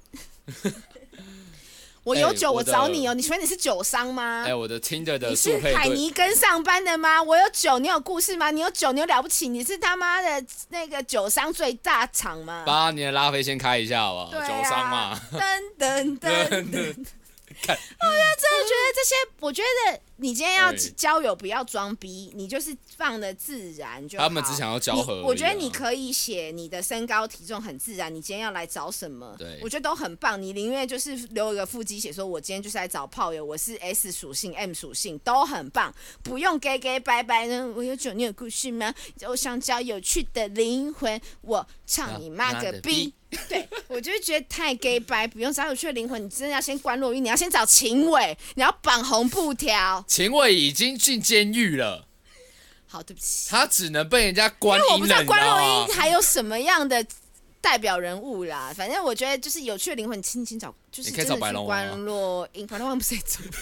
S2: 我有酒，
S1: 哎
S2: 我
S1: 我的
S2: 找你哦。你请问你是酒商吗？
S1: 哎，我的 Tinder 的
S2: 你啊
S1: 速
S2: 是
S1: 配
S2: 海
S1: 对，
S2: 尼根上班的吗？我有酒，你有故事吗？你有酒，你有了不起？你是他妈的那个酒商最大厂吗？
S1: 把你的拉菲先开一下好不好？
S2: 对啊
S1: 酒商嘛，
S2: 噔噔噔，真的觉
S1: [LAUGHS] 看
S2: 得这些，我觉得你今天要
S1: 哎
S2: 交友不要装逼，你就是放的自然就好。
S1: 他们只想要交合而已
S2: 你
S1: 啊。
S2: 我觉得你可以写你的身高体重很自然，你今天要来找什么？
S1: 对
S2: 我觉得都很棒。你宁愿就是留一个腹肌写说，我今天就是来找炮友，我是 S 属性、M 属性都很棒，不用 gay gay 拜拜呢。我有酒，你有故事吗？我想找有趣的灵魂，我唱你妈
S1: 啊
S2: 个
S1: 妈的
S2: 逼！ [LAUGHS] 对我就是觉得太 gay 白，不用找有趣的灵魂，你真的要先关落音，你要先找秦伟，你要绑红布条。
S1: 秦伟已经进监狱了，
S2: 好，对不起。
S1: 他只能被人啊家关
S2: 因为我
S1: 阴
S2: 不知道
S1: 了，
S2: 关
S1: 你
S2: 若英
S1: 知道吗？
S2: 还有什么样的代表人物啦。反正我觉得就是有趣的灵魂，你轻轻找，就是
S1: 你可以
S2: 真
S1: 找
S2: 的
S1: 白
S2: 去
S1: 龙王啊
S2: 关若英，白龙王不是也做的。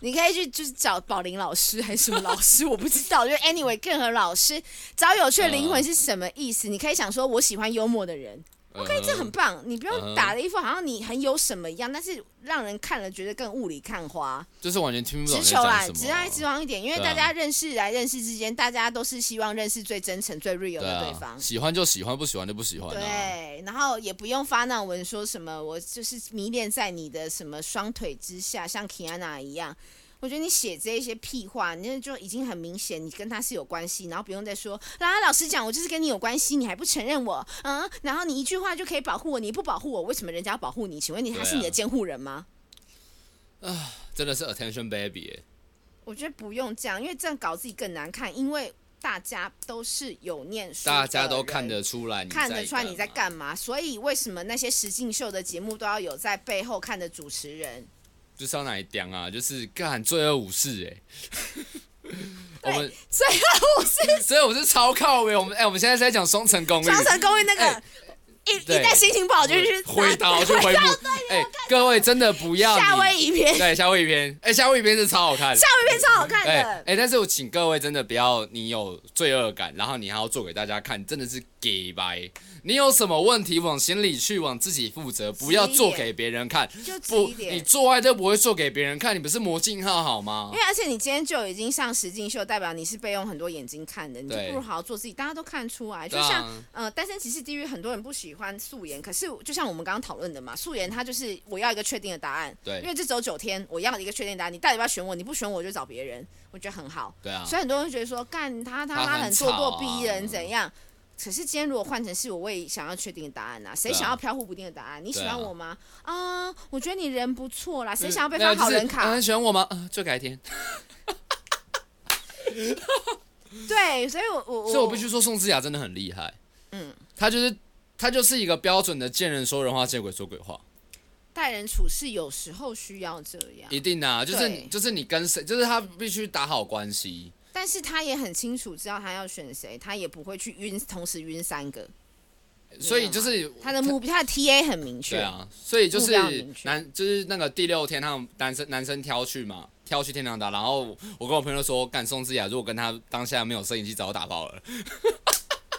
S2: 你可以去就是找宝林老师还是什么老师，我不知道。就是 anyway，任何老师找有趣的灵魂是什么意思？你可以想说，我喜欢幽默的人，
S1: 嗯
S2: 哎
S1: OK，
S2: 这很棒。你不用
S1: 嗯
S2: 打的一副好像你很有什么一样，但是让人看了觉得更雾里看花。
S1: 就是完全听不懂
S2: 直
S1: 你在
S2: 球啦
S1: 讲，
S2: 直
S1: 什
S2: 来
S1: 么。啊哦
S2: 直往一点，因为
S1: 对
S2: 大
S1: 啊
S2: 家认识来认识之间，大家都是希望认识最真诚、最 real
S1: 对
S2: 的对
S1: 啊，
S2: 方。
S1: 喜欢就喜欢，不喜欢就不喜欢啊。
S2: 对，然后也不用发那种文说什么我就是迷恋在你的什么双腿之下，像 Kiana 一样。我觉得你写这一些屁话，那就已经很明显你跟他是有关系，然后不用再说。然后老实讲，我就是跟你有关系，你还不承认我，嗯，然后你一句话就可以保护我，你不保护我，为什么人家要保护你？请问你他是你
S1: 对
S2: 的
S1: 啊
S2: 监护人吗？
S1: 真的是 attention baby，欸
S2: 我觉得不用这样，因为这样搞自己更难看，因为大家都是有念书的人，
S1: 大家都看得出来，
S2: 看得出来你在
S1: 嘛
S2: 干嘛，所以为什么那些实境秀的节目都要有在背后看的主持人？
S1: 就是要哪一点啊？就是干罪恶武士
S2: [LAUGHS]
S1: 哎、我们
S2: 罪恶武士
S1: 所以我是超靠尾，我们哎、我们现在是在讲双层公寓，
S2: 双城公寓那个
S1: 哎
S2: 一
S1: 对
S2: 一旦心情不好就去
S1: 挥刀去挥幕，哎、各位真的不要
S2: 夏
S1: 你
S2: 威夷片，夏
S1: 对夏威夷片，哎、夏威夷片是超好看的，
S2: 威夷片超好看
S1: 哎哎、
S2: 的，
S1: 但是我请各位真的不要你有罪恶感，然后你还要做给大家看，真的是给白。你有什么问题往心里去，往自己负责，不要
S2: 直一
S1: 做
S2: 点
S1: 给别人看。
S2: 就直
S1: 不
S2: 一，
S1: 你
S2: 点。
S1: 做爱都不会做给别人看，你不是魔镜号好吗
S2: 因为？而且你今天就已经上实境秀，代表你是被用很多眼睛看的，你就
S1: 对
S2: 不如好好做自己，大家都看出来。就
S1: 对啊
S2: 像、呃，单身歧视地狱，很多人不喜欢素颜，可是就像我们刚刚讨论的嘛，素颜它就是我要一个确定的答案，
S1: 对
S2: 因为这只有九天，我要一个确定的答案，你到底要不要选我？你不选我，我就找别人，我觉得很好。
S1: 对啊，
S2: 所以很多人觉得说，干他他
S1: 他
S2: 妈
S1: 很
S2: 很咄
S1: 吵
S2: 咄
S1: 啊
S2: 逼人怎样？可是今天如果换成是我，我也想要确定的答案啊！谁
S1: 对啊
S2: 想要飘忽不定的答案？你喜
S1: 对啊
S2: 欢我吗？啊、我觉得你人不错啦。谁
S1: 嗯
S2: 想要被
S1: 没有
S2: 发好
S1: 就是
S2: 人卡？
S1: 啊很喜欢我吗？呃就改天。
S2: 对，所以我我
S1: 所以我必须说，宋智雅真的很厉害。
S2: 哦嗯，
S1: 她就是她就是一个标准的见人说人话，见鬼说鬼话。
S2: 啊待人处事有时候需要这样，
S1: 一定啊，就是
S2: 对
S1: 就是你跟谁，就是她必须打好关系。
S2: 但是他也很清楚知道他要选谁，他也不会去晕，同时晕三个。
S1: 所以就是
S2: 他的目标，他的 TA 很明确。
S1: 对啊，所以就
S2: 目
S1: 是
S2: 标很明确
S1: 男就是那个第六天，他们男生男生挑去嘛，挑去天堂岛。然后我跟我朋友说，干宋智雅，如果跟他当下没有摄影机，早就打爆了。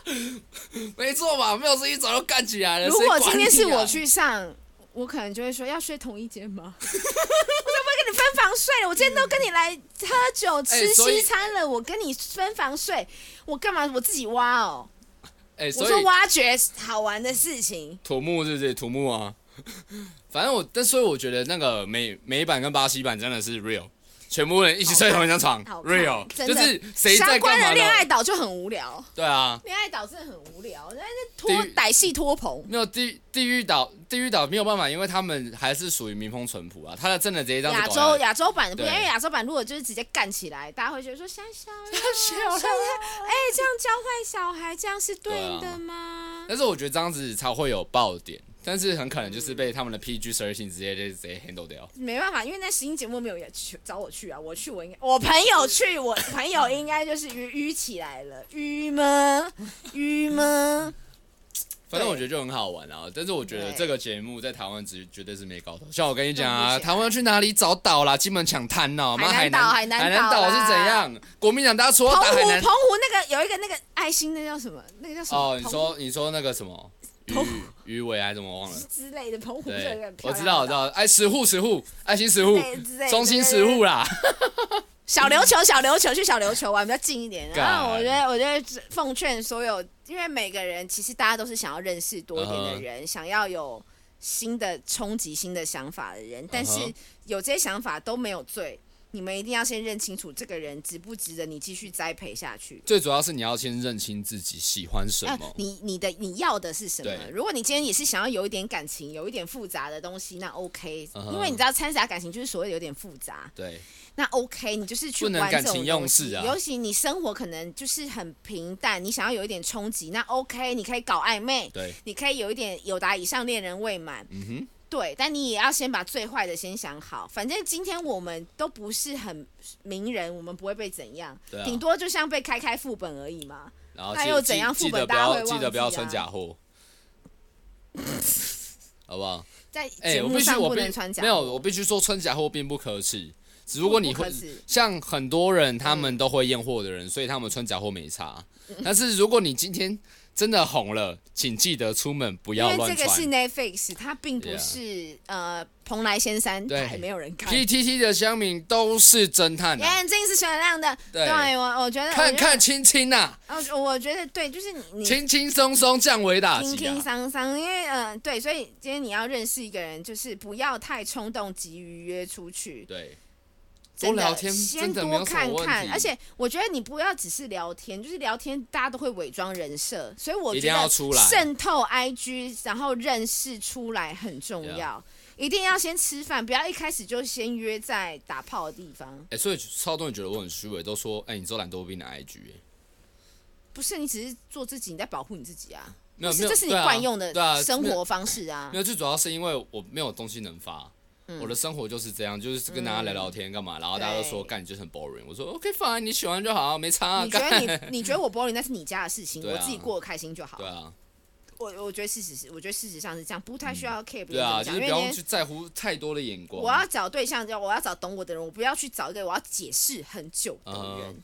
S1: [LAUGHS] 没错吧？没有摄影机早就干起来了。
S2: 如果
S1: 谁管
S2: 今天是
S1: 你啊
S2: 我，去上，我可能就会说要睡同一间吗？我 [LAUGHS] 怎么会跟你分房睡了？我今天都跟你来喝酒吃
S1: 哎所以
S2: 西餐了，我跟你分房睡，我干嘛我自己挖哦？
S1: 哎、
S2: 我
S1: 所
S2: 说
S1: 以
S2: 挖掘好玩的事情，
S1: 土木是不是土木啊？反正我，但所以我觉得那个美美版跟巴西版真的是 real，全部人一起睡同一张床
S2: 好看
S1: ，real，
S2: 真
S1: 就
S2: 的
S1: 是谁在
S2: 相
S1: 干
S2: 关
S1: 嘛
S2: 的
S1: 呢
S2: 恋爱岛就很无聊，
S1: 对啊，
S2: 恋爱岛真的很无聊，但是托
S1: 地狱
S2: 歹戏托棚，
S1: 没有地地狱岛，地狱岛没有办法，因为他们还是属于民风淳朴啊，他的真的直接这样子
S2: 亚
S1: 搞
S2: 洲
S1: 下来
S2: 亚洲版的不一样，
S1: 对
S2: 因为亚洲版如果就是直接干起来，大家会觉得说想小啦，
S1: [LAUGHS] 小啦
S2: 哎，这样教坏小孩，这样是对
S1: 对啊
S2: 的吗？
S1: 但是我觉得这样子才会有爆点，但是很可能就是被他们的 PG 十二性直接就直接 handle 掉。
S2: 没办法，因为那实境节目没有人去找我去啊，我去我应该我朋友去，我 [LAUGHS] 朋友应该就是淤淤起来了，淤
S1: [LAUGHS]
S2: 吗？淤吗？
S1: 反正我觉得就很好玩啊，但是我觉得
S2: 对
S1: 这个节目在台湾绝绝对是没搞头。像我跟你讲啊，
S2: 弄不起来
S1: 台湾要去哪里找岛啦？金门抢滩呐，妈
S2: 海南
S1: 南
S2: 岛
S1: 海
S2: 海南
S1: 南
S2: 岛
S1: 岛是
S2: 啦
S1: 怎样？国民党大家除了
S2: 澎湖
S1: 打海
S2: 澎
S1: 南
S2: 湖那个有一个那个爱心，那叫什么？那个叫什么？
S1: 哦，你
S2: 澎湖
S1: 说你说那个什么
S2: 澎
S1: 鱼鱼尾还是什么忘了？
S2: 之类的，澎湖 [LAUGHS] 就有一个
S1: 对
S2: 很，漂
S1: 我
S2: 亮
S1: 知道我
S2: 的
S1: 知道，哎，十户十户，爱心十户
S2: 之类的之类，的
S1: 中心十户啦， [LAUGHS]
S2: 小琉球，小琉球去小琉球玩比较近一点。啊
S1: 干
S2: 然后我觉得，我觉得奉劝所有，因为每个人其实大家都是想要认识多一点的人想要有新的冲击、新的想法的人，但是
S1: 嗯哼
S2: 有这些想法都没有罪。你们一定要先认清楚这个人值不值得你继续栽培下去。
S1: 最主要是你要先认清自己喜欢什
S2: 啊
S1: 么，。
S2: 你你的你要的是什么
S1: 对？
S2: 如果你今天也是想要有一点感情、有一点复杂的东西，那 OK，、
S1: 嗯哼
S2: 因为你知道掺杂感情就是所谓的有点复杂。
S1: 对，
S2: 那 OK，你就是去
S1: 不能
S2: 玩这
S1: 感
S2: 种
S1: 情
S2: 游
S1: 用
S2: 戏
S1: 事啊
S2: 尤其你生活可能就是很平淡，你想要有一点冲击，那 OK，你可以搞暧昧，
S1: 对，
S2: 你可以有一点有达以上恋人未满，
S1: 嗯哼，
S2: 对，但你也要先把最坏的先想好。反正今天我们都不是很名人，我们不会被怎样，
S1: 对啊
S2: 顶多就像被开开副本而已嘛。
S1: 然后
S2: 那
S1: 记
S2: 又怎样
S1: 记
S2: 副
S1: 记得
S2: 本
S1: 不
S2: 大家
S1: 要
S2: 会忘
S1: 记得不要
S2: 记
S1: 穿
S2: 啊
S1: 假货，
S2: [LAUGHS]
S1: 好不好？
S2: 在
S1: 哎、
S2: 节
S1: 我
S2: 目
S1: 必须
S2: 上
S1: 我
S2: 不
S1: 必
S2: 能穿假货、
S1: 没有，我必须说穿假货并不可耻，只不过你
S2: 不
S1: 会
S2: 可耻嗯
S1: 像很多人他们都会验货的人，所以他们穿假货没差。但是如果你今天真的红了，请记得出门不
S2: 因
S1: 要
S2: 为
S1: 乱
S2: 这个是
S1: 穿。
S2: Netflix，它并不
S1: Yeah
S2: 是呃蓬莱仙山
S1: 对
S2: 台，没有人看。
S1: PTT 的乡民都是侦探、啊，
S2: 眼睛是雪亮的，
S1: 对
S2: 我我觉得
S1: 看啊看清清呐、
S2: 我觉得哦，我觉得对，就是你你
S1: 轻轻松松降维打
S2: 轻
S1: 击
S2: 轻
S1: 啊！
S2: 桑桑，因为嗯、呃对，所以今天你要认识一个人，就是不要太冲动，急于约出去，
S1: 对，多
S2: 真的
S1: 聊天
S2: 先
S1: 真的没有
S2: 多
S1: 什么
S2: 看
S1: 问
S2: 看。
S1: 题
S2: 而且我觉得你不要只是聊天，就是聊天大家都会伪装人设，所以我
S1: 一
S2: 觉
S1: 定要
S2: 得
S1: 出来
S2: 渗透 IG，然后认识出来很重要。一定要先吃饭，不要一开始就先约在打炮的地方。
S1: 哎、所以超多人觉得我很虚伪，都说哎、你做懒惰病的 IG，、欸、
S2: 不是，你只是做自己，你在保护你自己啊。
S1: 没有
S2: 不
S1: 没
S2: 是，
S1: 有，
S2: 这是你
S1: 对啊
S2: 惯用的
S1: 对啊
S2: 生
S1: 没有
S2: 活方式啊
S1: 没。有，最主要是因为我没有东西能发，
S2: 嗯
S1: 我的生活就是这样，就是跟大家聊聊天干嘛，然后大家都说
S2: 对
S1: 干你就是很 boring，我说 OK fine，你喜欢就好，没差、啊。
S2: 你觉
S1: 干
S2: 得你你觉得我 boring，那是你家的事情，
S1: 对啊
S2: 我自己过得开心就
S1: [LAUGHS]
S2: 好
S1: 对。啊，
S2: 我我觉得事实是，我觉得事实上是这样，不太需要 care 别
S1: 对
S2: 人怎
S1: 啊，就
S2: 么讲，
S1: 是
S2: 因
S1: 不
S2: 为
S1: 用
S2: 今
S1: 去
S2: 天
S1: 在乎太多的眼光。
S2: 我要找对象，就我要找懂我的人，我不要去找一个我要解释很久的人，
S1: 嗯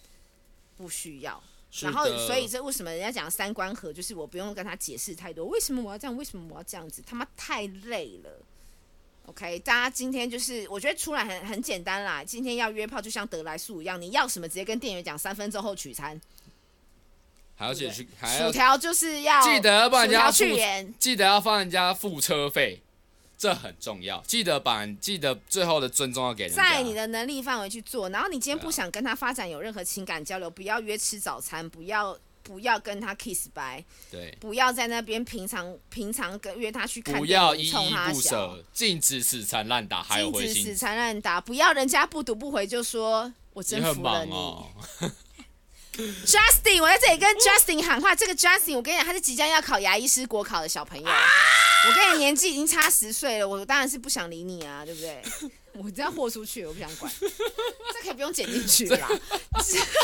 S2: 不需要。
S1: 是
S2: 然后，
S1: 的
S2: 所以这为什么人家讲三观合，就是我不用跟他解释太多，为什么我要这样，为什么我要这样子，他妈太累了。OK，大家今天就是我觉得出来很很简单啦，今天要约炮就像得来速一样，你要什么直接跟店员讲，三分钟后取餐。
S1: 还要解去，还要
S2: 薯条就是要
S1: 记得帮人
S2: 薯
S1: 家
S2: 条
S1: 付
S2: 去盐，
S1: 记得要帮人家付车费，这很重要。记得把记得最后的尊重要给人家。
S2: 在你的能力范围去做。然后你今天
S1: 对啊
S2: 不想跟他发展有任何情感交流，不要约吃早餐，不要不要跟他 kiss 拜，
S1: 对，
S2: 不要在那边平常平常跟约他去看电
S1: 不
S2: 影，
S1: 要依
S2: 冲
S1: 依
S2: 他
S1: 不
S2: 笑，
S1: 舍，禁止死缠烂打，还有
S2: 禁
S1: 灰
S2: 止死
S1: 心，
S2: 缠烂打，不要人家不读不回就说。我
S1: 你
S2: 征
S1: 很
S2: 服了
S1: 忙
S2: 你、
S1: 哦。
S2: j u s t i n 我在这里跟 Justin 喊话。这个 Justin，我跟你讲，他是即将要考牙医师国考的小朋友。我跟你年纪已经差十岁了，我当然是不想理你啊，对不对？我这样豁出去，我不想管，这可以不用剪进去啦。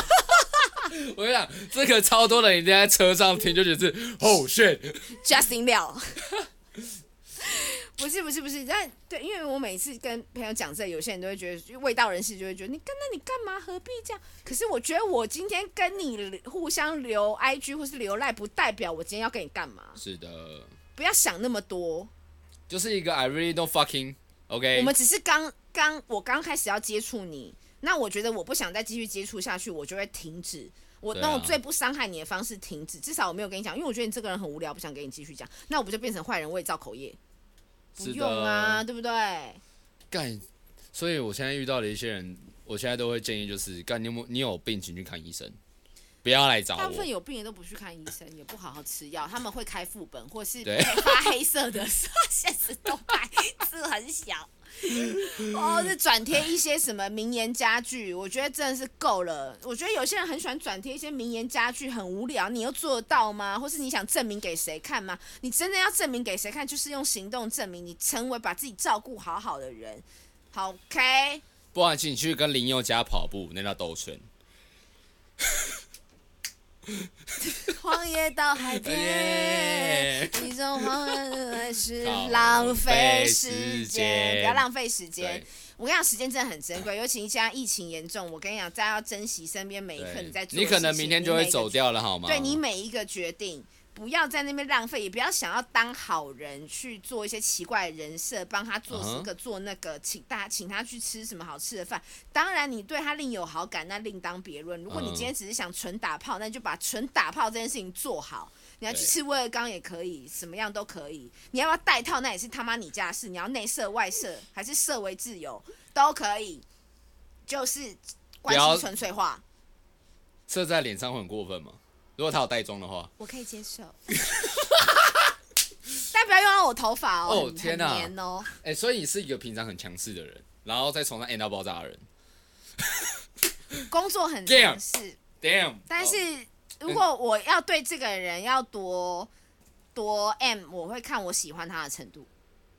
S1: [LAUGHS] 我跟你讲，这个超多人一定在车上听，就觉得是 oh shit，
S2: Justin 料。 [LAUGHS] 不是不是不是，但对，因为我每次跟朋友讲这，有些人都会觉得嗯味道人士就会觉得你跟那你干嘛何必这样？可是我觉得我今天跟你互相留 IG 或是留赖，不代表我今天要跟你干嘛，
S1: 是的，
S2: 不要想那么多。
S1: 就是一个 I really don't fucking OK。
S2: 我们只是刚刚我刚开始要接触你，那我觉得我不想再继续接触下去，我就会停止。我
S1: 对啊
S2: 那种最不伤害你的方式停止，至少我没有跟你讲，因为我觉得你这个人很无聊，不想跟你继续讲，那我不就变成坏人，我也造口业。不用啊，对不对？
S1: 干，所以我现在遇到的一些人，我现在都会建议就是干，你有没有你有病请去看医生，不要来找
S2: 大部分
S1: 我。
S2: 有病人都不去看医生，也不好好吃药，他们会开副本或是
S1: 对
S2: 发黑色的现实
S1: [LAUGHS]
S2: 动态，字很小。哦，是转贴一些什么名言佳句，我觉得真的是够了。我觉得有些人很喜欢转贴一些名言佳句，很无聊。你又做得到吗？或是你想证明给谁看吗？你真的要证明给谁看，就是用行动证明你成为把自己照顾好好的人。好，OK，
S1: 不然请你去跟林宥嘉跑步，那叫兜圈。
S2: 荒野到海
S1: [LAUGHS] 哎
S2: 边。一种荒原呃是浪费时间，不要浪费时间
S1: 对。，
S2: 我跟你讲，时间真的很珍贵，尤其现在疫情严重，我跟你讲，大家要珍惜身边每一刻
S1: 对
S2: 你哎在做的
S1: 你
S2: 事情。
S1: 可能明天就会
S2: 每一个
S1: 走掉了，好吗？
S2: 对你每一个决定，不要在那边浪费，也不要想要当好人去做一些奇怪的人设，帮他做
S1: 嗯
S2: 这
S1: 哼
S2: 个、做那个，请大家请他去吃什么好吃的饭。当然，你对他另有好感，那另当别论。如果你今
S1: 嗯
S2: 天只是想纯打炮，那你就把纯打炮这件事情做好。你要去
S1: 对
S2: 吃威尔刚也可以，什么样都可以。你要不要带套，那也是他妈你家的事。你要内射、外射，还是射为自由，都可以。就是
S1: 不
S2: 关
S1: 要
S2: 系纯粹化，
S1: 射在脸上会很过分吗？如果他有带妆的话，
S2: 我可以接受。 [LAUGHS] 但不要用到我头发
S1: 哦
S2: 哦，很
S1: 天
S2: 很
S1: 哪
S2: 黏哦，
S1: 哎、所以你是一个平常很强势的人，然后在床上 end 到爆炸的人。
S2: 工作很
S1: Damn
S2: 强势。
S1: Damn！
S2: 但是
S1: 哦
S2: 如果我要对这个人要多多 M，我会看我喜欢他的程度。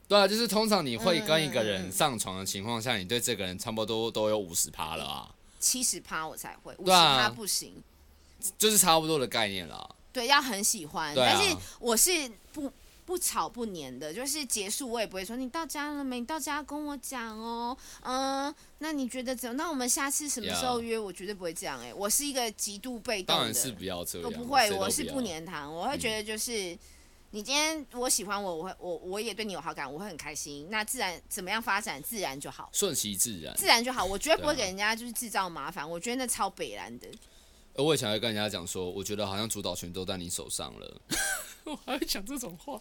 S1: 对啊，就是通常你会跟一个
S2: 嗯嗯嗯
S1: 人
S2: 嗯
S1: 上床的情况下，你对这个人差不多都有五十趴了啊，
S2: 七十趴我才会，五十
S1: 对啊
S2: 趴不行。
S1: 就是差不多的概念啦。
S2: 对，要很喜欢。
S1: 对啊
S2: 但是我是不不吵不黏的，就是结束我也不会说你到家了没？你到家跟我讲哦。嗯、那你觉得怎么？那我们下次什么时候
S1: Yeah
S2: 约？我绝对不会这样哎、我是一个极度被动
S1: 当
S2: 的。
S1: 然是不要这样，嗯
S2: 我哦不会，
S1: 谁都
S2: 我
S1: 要
S2: 是不。粘糖，我会觉得就是、你今天我喜欢我，我会我我也对你有好感，我会很开心。那自然怎么样发展，自然就好，
S1: 顺其自然。
S2: 自然就好。我绝对不会
S1: 对啊
S2: 给人家就是制造麻烦，我觉得那超北蓝的。
S1: 而呃我以前还跟人家讲说，我觉得好像主导权都在你手上了。我还会讲这种话，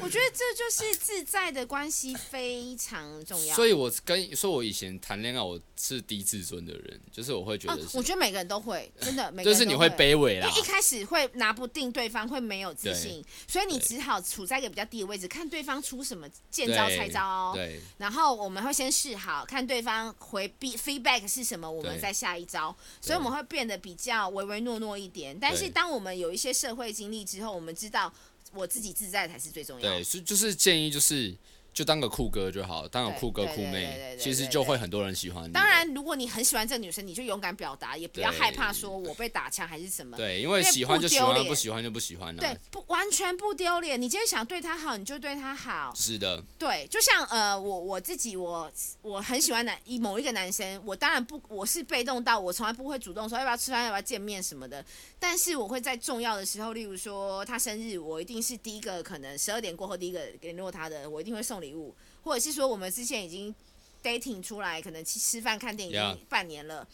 S2: 我觉得这就是自在的关系非常重要。
S1: 所以我跟所以我以前谈恋爱我是低自尊的人，就是我会觉
S2: 啊
S1: 得是，
S2: 我觉得每个人都会，真的，每个
S1: 就
S2: 人
S1: 是你
S2: 都
S1: 会
S2: 会。
S1: 卑微
S2: 因
S1: 啦
S2: 为。一开始会拿不定对方，会没有自
S1: 对
S2: 信，所以你
S1: 对
S2: 只好处在一个比较低的位置，看对方出什么见
S1: 对
S2: 招拆招哦。
S1: 对
S2: 然后我们会先试好，看对方回避 feedback 是什么，我们
S1: 对
S2: 再下一招。所以我们会变得比较唯唯诺诺一点。但是
S1: 对
S2: 当我们有一些社会经历之后，我们知道我自己自在才是最重要的
S1: 对，。所以就是建议就是就当个酷哥就好，当个
S2: 对
S1: 酷哥
S2: 对
S1: 酷
S2: 对对对
S1: 妹，
S2: 对
S1: 其实
S2: 对
S1: 就
S2: 对
S1: 会很多人喜欢你。
S2: 当，然，如果你很喜欢这个女生，你就勇敢表达，也不要
S1: 对
S2: 害怕说我被打枪还是什么。
S1: 对，因为
S2: 因为
S1: 喜
S2: 不
S1: 欢就喜
S2: 丢
S1: 欢，
S2: 脸
S1: 不喜欢就不喜欢啊了、
S2: 对，不完全不丢脸。你今天想对她好，你就对她好。
S1: 是的，
S2: 对，就像呃，我我自己我我很喜欢男一某一个男生，我当然不我是被动到我从来不会主动说要不要吃饭要不要见面什么的，但是我会在重要的时候，例如说他生日，我一定是第一个可能十二点过后第一个联络他的，我一定会送礼物，或者是说我们之前已经 dating 出来，可能去吃饭看电影已
S1: Yeah
S2: 经半年了。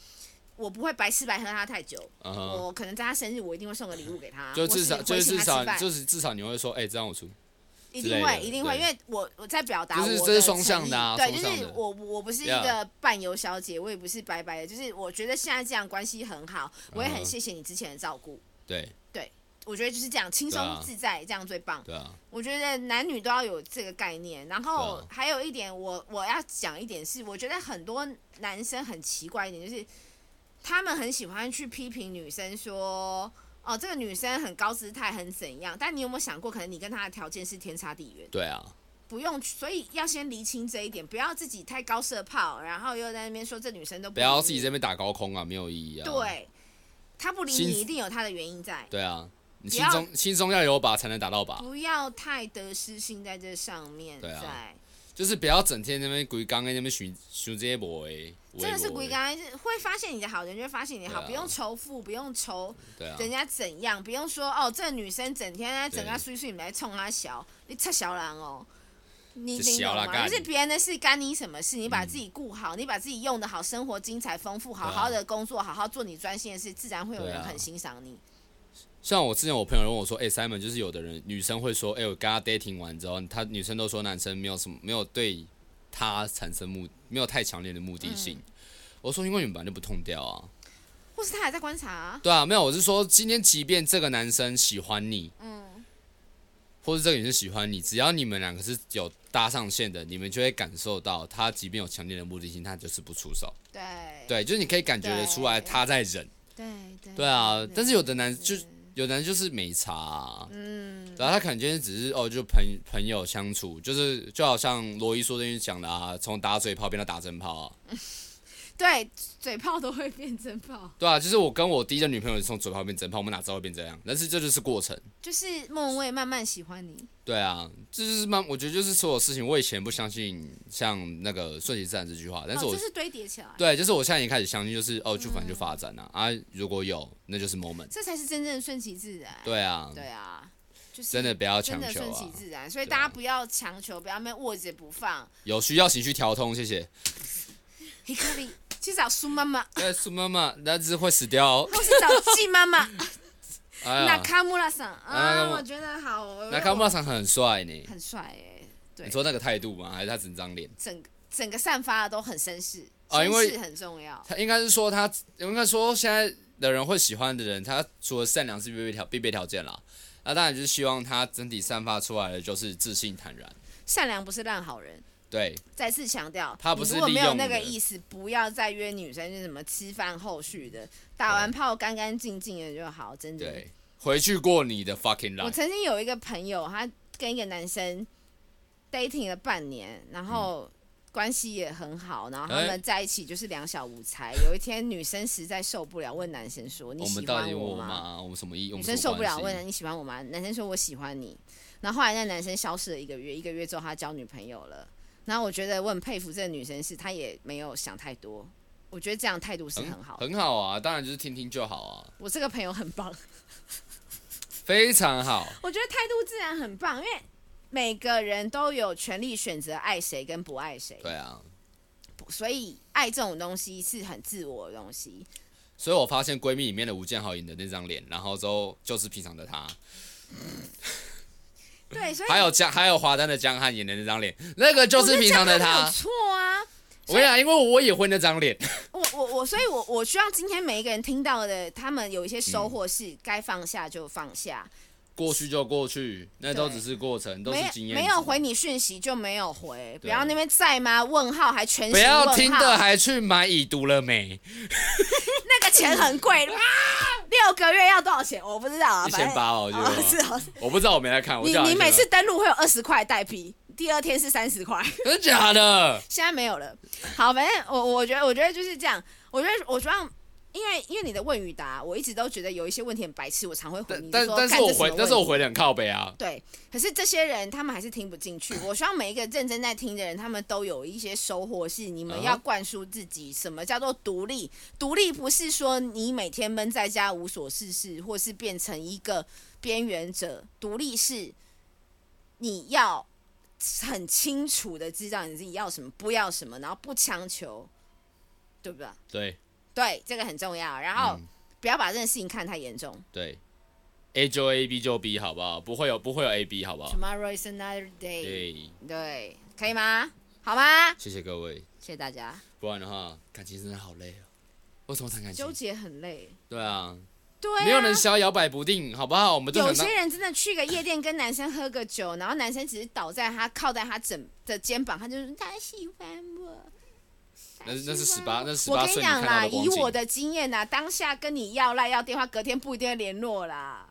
S2: 我不会白吃白喝他太久，
S1: 嗯哼，
S2: 我可能在他生日，我一定会送个礼物给他，
S1: 就
S2: 或
S1: 至少
S2: 是
S1: 就
S2: 会
S1: 是
S2: 请
S1: 至
S2: 他吃
S1: 少
S2: 饭
S1: 就是至少你会说，哎、这样我出，
S2: 一
S1: 之
S2: 定
S1: 类
S2: 会，
S1: 的
S2: 一定会，
S1: 对
S2: 因为我我在表达我
S1: 就是
S2: 的
S1: 这是双向
S2: 诚意
S1: 的啊
S2: 对，
S1: 双
S2: 就
S1: 向
S2: 是
S1: 的
S2: 我我不是一
S1: Yeah
S2: 个伴游小姐，我也不是白白的，就是我觉得现在这样关系很好，我
S1: 嗯
S2: 也很谢谢你之前的照顾。
S1: 对
S2: 我觉得就是这样，轻
S1: 对
S2: 松
S1: 啊
S2: 自在，这样最棒。
S1: 对啊，
S2: 我觉得男女都要有这个概念。然后
S1: 对啊
S2: 还有一点我，我要讲一点是，我觉得很多男生很奇怪一点，就是他们很喜欢去批评女生说，哦，这个女生很高姿态，很怎样。但你有没有想过，可能你跟她的条件是天差地远？
S1: 对啊，
S2: 不用，所以要先厘清这一点，不要自己太高射炮，然后又在那边说这女生都不
S1: 不
S2: 理
S1: 要
S2: 你
S1: 自己这边打高空啊，没有意义啊。，
S2: 对，她不理
S1: 心
S2: 你一定有她的原因在，
S1: 对啊，你
S2: 不
S1: 心
S2: 要
S1: 中心中要有靶才能打到靶，
S2: 不要太得失心在这上面，
S1: 对啊
S2: 在
S1: 就是不要整天在那边鬼刚在那边寻寻这些 boy，
S2: 真的是鬼，刚会发现你的好人，就会发现你的好，
S1: 对啊
S2: 不用仇富，不用仇
S1: 对啊，
S2: 人家怎样，不用说哦，这女生整天在整个
S1: 对
S2: 碎碎，你来冲她小，你擦小狼哦。你
S1: 这
S2: 你
S1: 小
S2: 懂
S1: 啦
S2: 吗？
S1: 干嗯
S2: 就是别人的事干你什么事？你把自己顾好，你把自己用的好，
S1: 啊
S2: 生活精彩丰富，好好的工作，好好做你专心的事，自然会有
S1: 对
S2: 人
S1: 啊
S2: 很欣赏你。
S1: 像我之前我朋友问我说，哎、s i m o n 就是有的人女生会说，哎、我跟他 dating 完之后，他女生都说男生没有什么没有对他产生目没有太强烈的目的性。
S2: 嗯
S1: 我说因为你们本来就不痛掉啊，
S2: 或是他还在观察、啊，
S1: 对啊，没有，我是说今天即便这个男生喜欢你，
S2: 嗯，
S1: 或是这个女生喜欢你，只要你们两个是有搭上线的，你们就会感受到他即便有强烈的目的性，他就是不出手。
S2: 对，
S1: 对，就是你可以感觉得出来
S2: 对
S1: 他在忍。
S2: 对对
S1: 对啊，但是有的男就
S2: 对
S1: 有的人就是没差、啊，
S2: 嗯，
S1: 然后他可能今天只是哦，就朋朋友相处，就是就好像罗伊说的那句讲的啊，从打嘴炮变到打真炮啊，
S2: 对，嘴炮都会变真炮，
S1: 对啊，就是我跟我第一任女朋友是从嘴炮变真炮，我们哪知道会变这样？但是这就是过程，
S2: 就是莫文蔚慢慢喜欢你，
S1: 对啊，这就是慢，我觉得就是所有事情，我以前不相信像那个顺其自然这句话，但是
S2: 哦，
S1: 我、
S2: 就是堆叠起来，
S1: 对，就是我现在也开始相信，就是哦，就反正就发展啊，啊，如果有那就是 moment，
S2: 这才是真正的顺其自然，
S1: 对啊，
S2: 对啊，就是
S1: 真的不要
S2: 真
S1: 强
S2: 的
S1: 求
S2: 顺
S1: 啊
S2: 其，自然，所以
S1: 对啊
S2: 大家不要强求，不要那边握着不放。
S1: 有需要情绪调通，谢谢。
S2: 你可以去找苏
S1: [LAUGHS]
S2: 妈妈，
S1: 哎，苏妈妈，那只会死掉哦。
S2: 或是找季妈妈、
S1: 哎
S2: 那
S1: 呀，
S2: 卡穆拉桑
S1: 啊那
S2: 啊，
S1: 卡
S2: 我觉得好哦，
S1: 那康巴桑很帅呢。
S2: 很帅哎，对
S1: 你，说那个态度吗？还是他整张脸？
S2: 整个整个散发的都很绅士，
S1: 哦因为
S2: 绅士很重要，
S1: 他应该是说他，应该说现在的人会喜欢的人，他除了善良是必备条必备条件啦。那当然就是希望他整体散发出来的就是自信坦然。
S2: 善良不是烂好人。
S1: 对，
S2: 再次强调，
S1: 他不是
S2: 你如果没有那个
S1: 利用的
S2: 意思，不要再约女生是什么吃饭后续的，打完炮干干净净的就好，真的。
S1: 对，回去过你的 fucking life。
S2: 我曾经有一个朋友，他跟一个男生 dating 了半年，然后关系也很好，然后他
S1: 哎
S2: 们在一起就是两小无猜。有一天，女生实在受不了，问男生说：“你
S1: 我们
S2: 喜
S1: 到底
S2: 欢
S1: 问我
S2: 吗
S1: 妈，我们什么意？我们
S2: 女生
S1: 什
S2: 受
S1: 么
S2: 不了，
S1: 关
S2: 问
S1: 系
S2: 了你喜欢我吗？男生说我喜欢你。然后后来那男生消失了一个月，一个月之后他交女朋友了。然后我觉得我很佩服这个女生，是她也没有想太多。我觉得这样态度是很好的。
S1: 很好啊，当然就是听听就好啊，
S2: 我这个朋友很棒，
S1: 非常好。
S2: 我觉得态度自然很棒，因为每个人都有权利选择爱谁跟不爱谁，
S1: 对啊，
S2: 所以爱这种东西是很自我的东西。
S1: 所以我发现闺蜜里面的吴建豪演的那张脸，然后之后就是平常的他。
S2: 对，所以
S1: 嗯还有江，还有华丹的江汉演的那张脸，那个就是平常的
S2: 他没有
S1: 他。
S2: 错啊。
S1: 我跟你讲，因为我也会那张脸，
S2: 我我我，所以我我希望今天每一个人听到的，他们有一些收获是该放下就放下，
S1: 过去就过去，那都只是过程，都
S2: 没
S1: 是
S2: 有
S1: 经验。
S2: 没有回，你讯息就没有回，不要那边在吗？问号还全
S1: 不
S2: 形问
S1: 要
S2: 号，
S1: 听的还去买已读了没？
S2: 那个钱很贵啊，六个月要多少钱？我不知道啊，
S1: 一
S2: 反
S1: 千
S2: 正
S1: 八哦，我觉
S2: 啊是
S1: 得。
S2: 啊，
S1: 我不知道，我没来看。我
S2: 你
S1: 叫啊
S2: 你
S1: 他
S2: 每次
S1: 去
S2: 登录会有二十块代币，第二天是三十块。 [LAUGHS]
S1: 了真的假的？
S2: 现在没有了。好，反正我我觉得我觉得就是这样。我觉得我希望，因为因为你的问与答，我一直都觉得有一些问题很白痴，我常会回
S1: 但
S2: 你
S1: 但
S2: 说
S1: 但
S2: 干
S1: 是我
S2: 这什
S1: 回
S2: 么问，题
S1: 但是我回的很靠北啊。
S2: 对，可是这些人他们还是听不进去。我希望每一个认真在听的人，他们都有一些收获，是你们
S1: 嗯哼
S2: 要灌输自己什么叫做独立。独立不是说你每天闷在家无所事事，或是变成一个边缘者。独立是你要很清楚的知道你自己要什么，不要什么，然后不强求，对不对？
S1: 对
S2: 对，这个很重要。然后
S1: 嗯
S2: 不要把这件事情看太严重。
S1: 对，A 就 A，B 就 B，好不好？不会有不会有 A，B，好不好？
S2: Tomorrow is another day。
S1: 对，
S2: 对，可以吗？好吗？
S1: 谢谢各位。
S2: 谢谢大家。
S1: 不然的话，感情真的好累哦。为什么谈感
S2: 纠
S1: 情？
S2: 结很累，
S1: 对啊，
S2: 对、啊，
S1: 没有人逍遥摆不定，好不好？我们都
S2: 有
S1: 很
S2: 些人真的去个夜店跟男生喝个酒，然后男生只是倒在他靠在他枕的肩膀，他就说他喜欢我。
S1: 那是
S2: 他
S1: 那是
S2: 喜
S1: 十
S2: 欢
S1: 八，
S2: 我
S1: 那是十
S2: 我
S1: 八
S2: 跟你
S1: 岁你看
S2: 讲
S1: 到
S2: 啦，
S1: 的光
S2: 以我
S1: 景。
S2: 的经验啦，当下跟你要赖要电话，隔天不一定会联络啦，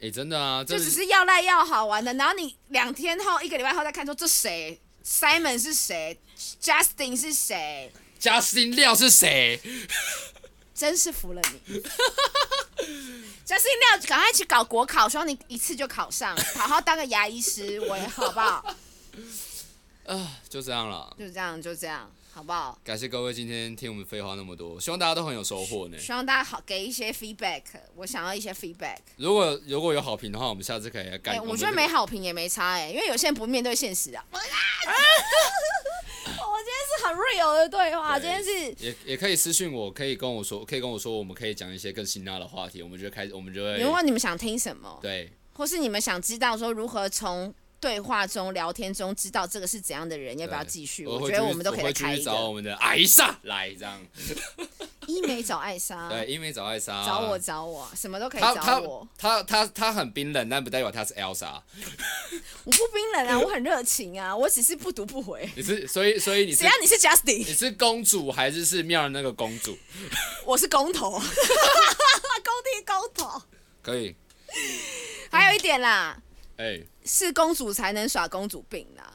S1: 哎、真的啊，
S2: 就
S1: 这
S2: 只是要赖要好玩的。然后你两天后、一个礼拜后再看说这谁，Simon 是谁，Justin 是谁，
S1: 加薪料是谁？
S2: 真是服了你。 [LAUGHS] 就是一定要赶快去搞国考，希望你一次就考上， [LAUGHS] 好好当个牙医师，我也好不好？ [LAUGHS]
S1: 啊就这样了。
S2: 就这样，就这样，好不好？
S1: 感谢各位今天听我们废话那么多，希望大家都很有收获呢。
S2: 希望大家好给一些 feedback，我想要一些 feedback。
S1: 如果如果有好评的话，我们下次可以来
S2: 哎、
S1: 改。
S2: 我觉得没 [LAUGHS] 好评也没差哎、因为有些人不面对现实啊。我今天是好很 real 的对话，今
S1: 对
S2: 天是
S1: 也也可以私信我，可以跟我说，可以跟我说，我们可以讲一些更辛辣的话题，我们就开，我们就
S2: 你们
S1: 会
S2: 问你们想听什么，
S1: 对
S2: 或是你们想知道说如何从对话中、聊天中知道这个是怎样的人，要不要
S1: 对
S2: 继续？
S1: 我
S2: 我
S1: 会
S2: 觉得
S1: 继续
S2: 我们都可以
S1: 会
S2: 再
S1: 继
S2: 开
S1: 续
S2: 一
S1: 找
S2: 个
S1: 我们的艾莎来这样，
S2: 医美找艾莎，
S1: 对，因为找艾莎
S2: 找我找我，什么都可以
S1: 他
S2: 找
S1: 他
S2: 我，
S1: 他他他很冰冷，但不代表他是 Elsa。
S2: 我不冰
S1: [LAUGHS]
S2: 冷啊，我很热情啊，我只是不读不回。
S1: 你是所以所以你
S2: 只
S1: 是
S2: 要你是 Justin，
S1: [LAUGHS] 你是公主还是是庙的那个公主？
S2: 我是公投， [LAUGHS] 公地公
S1: [LAUGHS]
S2: 投。
S1: 可以，
S2: 还有一点啦，
S1: 哎、
S2: 是公主才能耍公主病啦。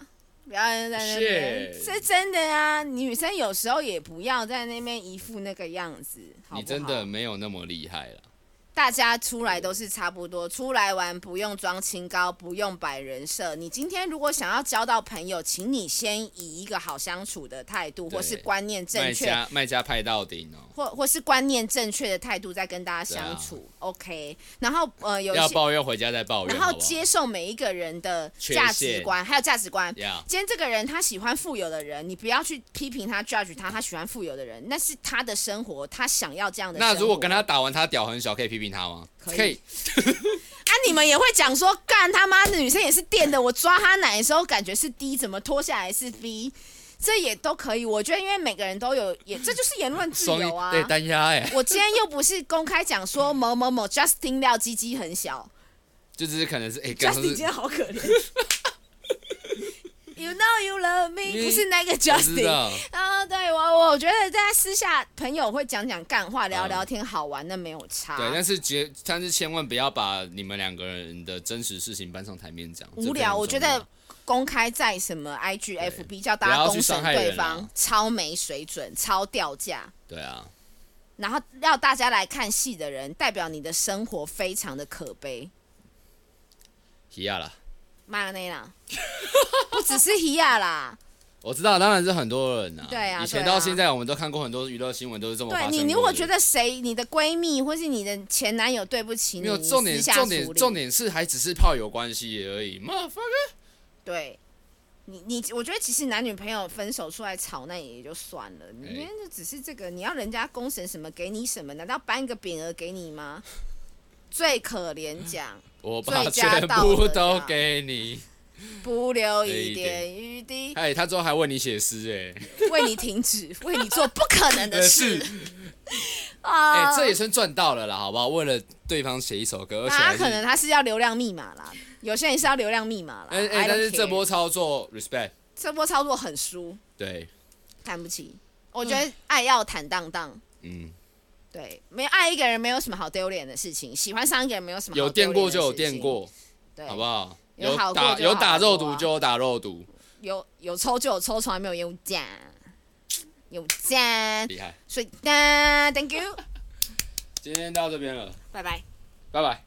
S2: 不要在那边，
S1: Shit
S2: 是真的啊！女生有时候也不要在那边一副那个样子，好不好
S1: 你真的没有那么厉害了。
S2: 大家出来都是差不多，出来玩不用装清高，不用摆人设。你今天如果想要交到朋友，请你先以一个好相处的态度，
S1: 对
S2: 或是观念
S1: 卖
S2: 正确，
S1: 家卖家派到顶哦，
S2: 或或是观念正确的态度在跟大家相处。OK，然后呃有一
S1: 啊要
S2: 些，
S1: 抱怨回家再抱怨，
S2: 然后
S1: 好不好
S2: 接受每一个人的
S1: 缺
S2: 价值
S1: 陷
S2: 观，还有价值观。
S1: 呀
S2: 今天这个人他喜欢富有的人，你不要去批评他、judge 他，他喜欢富有的人，那是他的生活，他想要这样的生活。
S1: 那如果跟他打完，他屌很小，可以批评他吗？
S2: 可以
S1: 以
S2: 啊，你们也会讲说，干他妈的女生也是垫的，我抓她奶的时候感觉是 D，怎么脱下来是 B，这也都可以。我觉得因为每个人都有，也这就是言论
S1: [LAUGHS]
S2: 自
S1: 双
S2: 由啊
S1: 一。对单压哎、
S2: 我今天又不是公开讲说某某某 Justin 料鸡鸡
S1: [LAUGHS]
S2: 很小
S1: 就只是可能是哎，刚、
S2: ，Justin 今
S1: 是
S2: 天好可怜。You know you love me，不是那个
S1: 我知
S2: Justin
S1: 道，
S2: 啊，对我我觉得大家私下朋友会讲讲干话，聊聊天好玩，那没有差。
S1: 对，但是绝，但是千万不要把你们两个人的真实事情搬上台面讲，这
S2: 无
S1: 非常
S2: 聊，我觉
S1: 重
S2: 得
S1: 要
S2: 公开在什么 IG、
S1: 对
S2: FB 叫大家
S1: 不要
S2: 公
S1: 去
S2: 审
S1: 伤害
S2: 对
S1: 人啊
S2: 方，超没水准，超掉价。
S1: 对啊，
S2: 然后要大家来看戏的人，代表你的生活非常的可悲。
S1: 一样啦。
S2: 马内
S1: [LAUGHS]
S2: 啦，不只是希亚啦，
S1: 我知道，当然是很多人啊。
S2: 对啊
S1: 以前
S2: 对啊
S1: 到现在，我们都看过很多娱乐新闻，都是这么发
S2: 对
S1: 生
S2: 你，
S1: 过
S2: 你
S1: 的
S2: 如果觉得谁你的闺蜜或是你的前男友对不起
S1: 没
S2: 你，
S1: 有
S2: 你
S1: 重点，
S2: 私下
S1: 重
S2: 处
S1: 点
S2: 理
S1: 重点是还只是炮友关系而已。妈，
S2: 对。你你，我觉得其实男女朋友分手出来吵那也就算了，你
S1: 哎
S2: 今天就只是这个，你要人家公审什么给你什么，难道颁一个匾额给你吗？最可怜奖，
S1: 我把
S2: 最佳
S1: 全
S2: 道
S1: 部
S2: 德
S1: 都
S2: 啊
S1: 给你。
S2: 不留
S1: 哎
S2: 一
S1: 一
S2: 点余地，
S1: 哎，他之后还为你写诗，
S2: [LAUGHS]
S1: 哎，
S2: 为你停止，为你做不可能的
S1: 呃
S2: 事
S1: 是，
S2: 啊！
S1: 哎，这也算赚到了啦，好不好？为了对方写一首歌，而且
S2: 那
S1: 还
S2: 他
S1: 是
S2: 可能他是要流量密码啦，有些人是要流量密码啦。
S1: 哎
S2: I
S1: 哎，
S2: don't
S1: 但是
S2: care
S1: 这波操作 respect，
S2: 这波操作很输，
S1: 对，
S2: 看不起。我觉得爱要坦荡荡，
S1: 嗯，
S2: 对，没有爱一个人没有什么好丢脸的事情，喜欢上一个人没有什么
S1: 有
S2: 好丢
S1: 电
S2: 脸
S1: 过
S2: 的
S1: 就有
S2: 事
S1: 电
S2: 情，
S1: 过，
S2: 对，
S1: 好不？好？
S2: 有好过
S1: 打
S2: 就
S1: 有
S2: 好
S1: 打肉
S2: 过
S1: 毒
S2: 啊
S1: 就有打肉毒，
S2: 有有抽就有抽，从来没有用价，有价，
S1: 厉害！
S2: 所以哒，Thank you，
S1: 今天到这边了，
S2: 拜拜。
S1: 拜拜。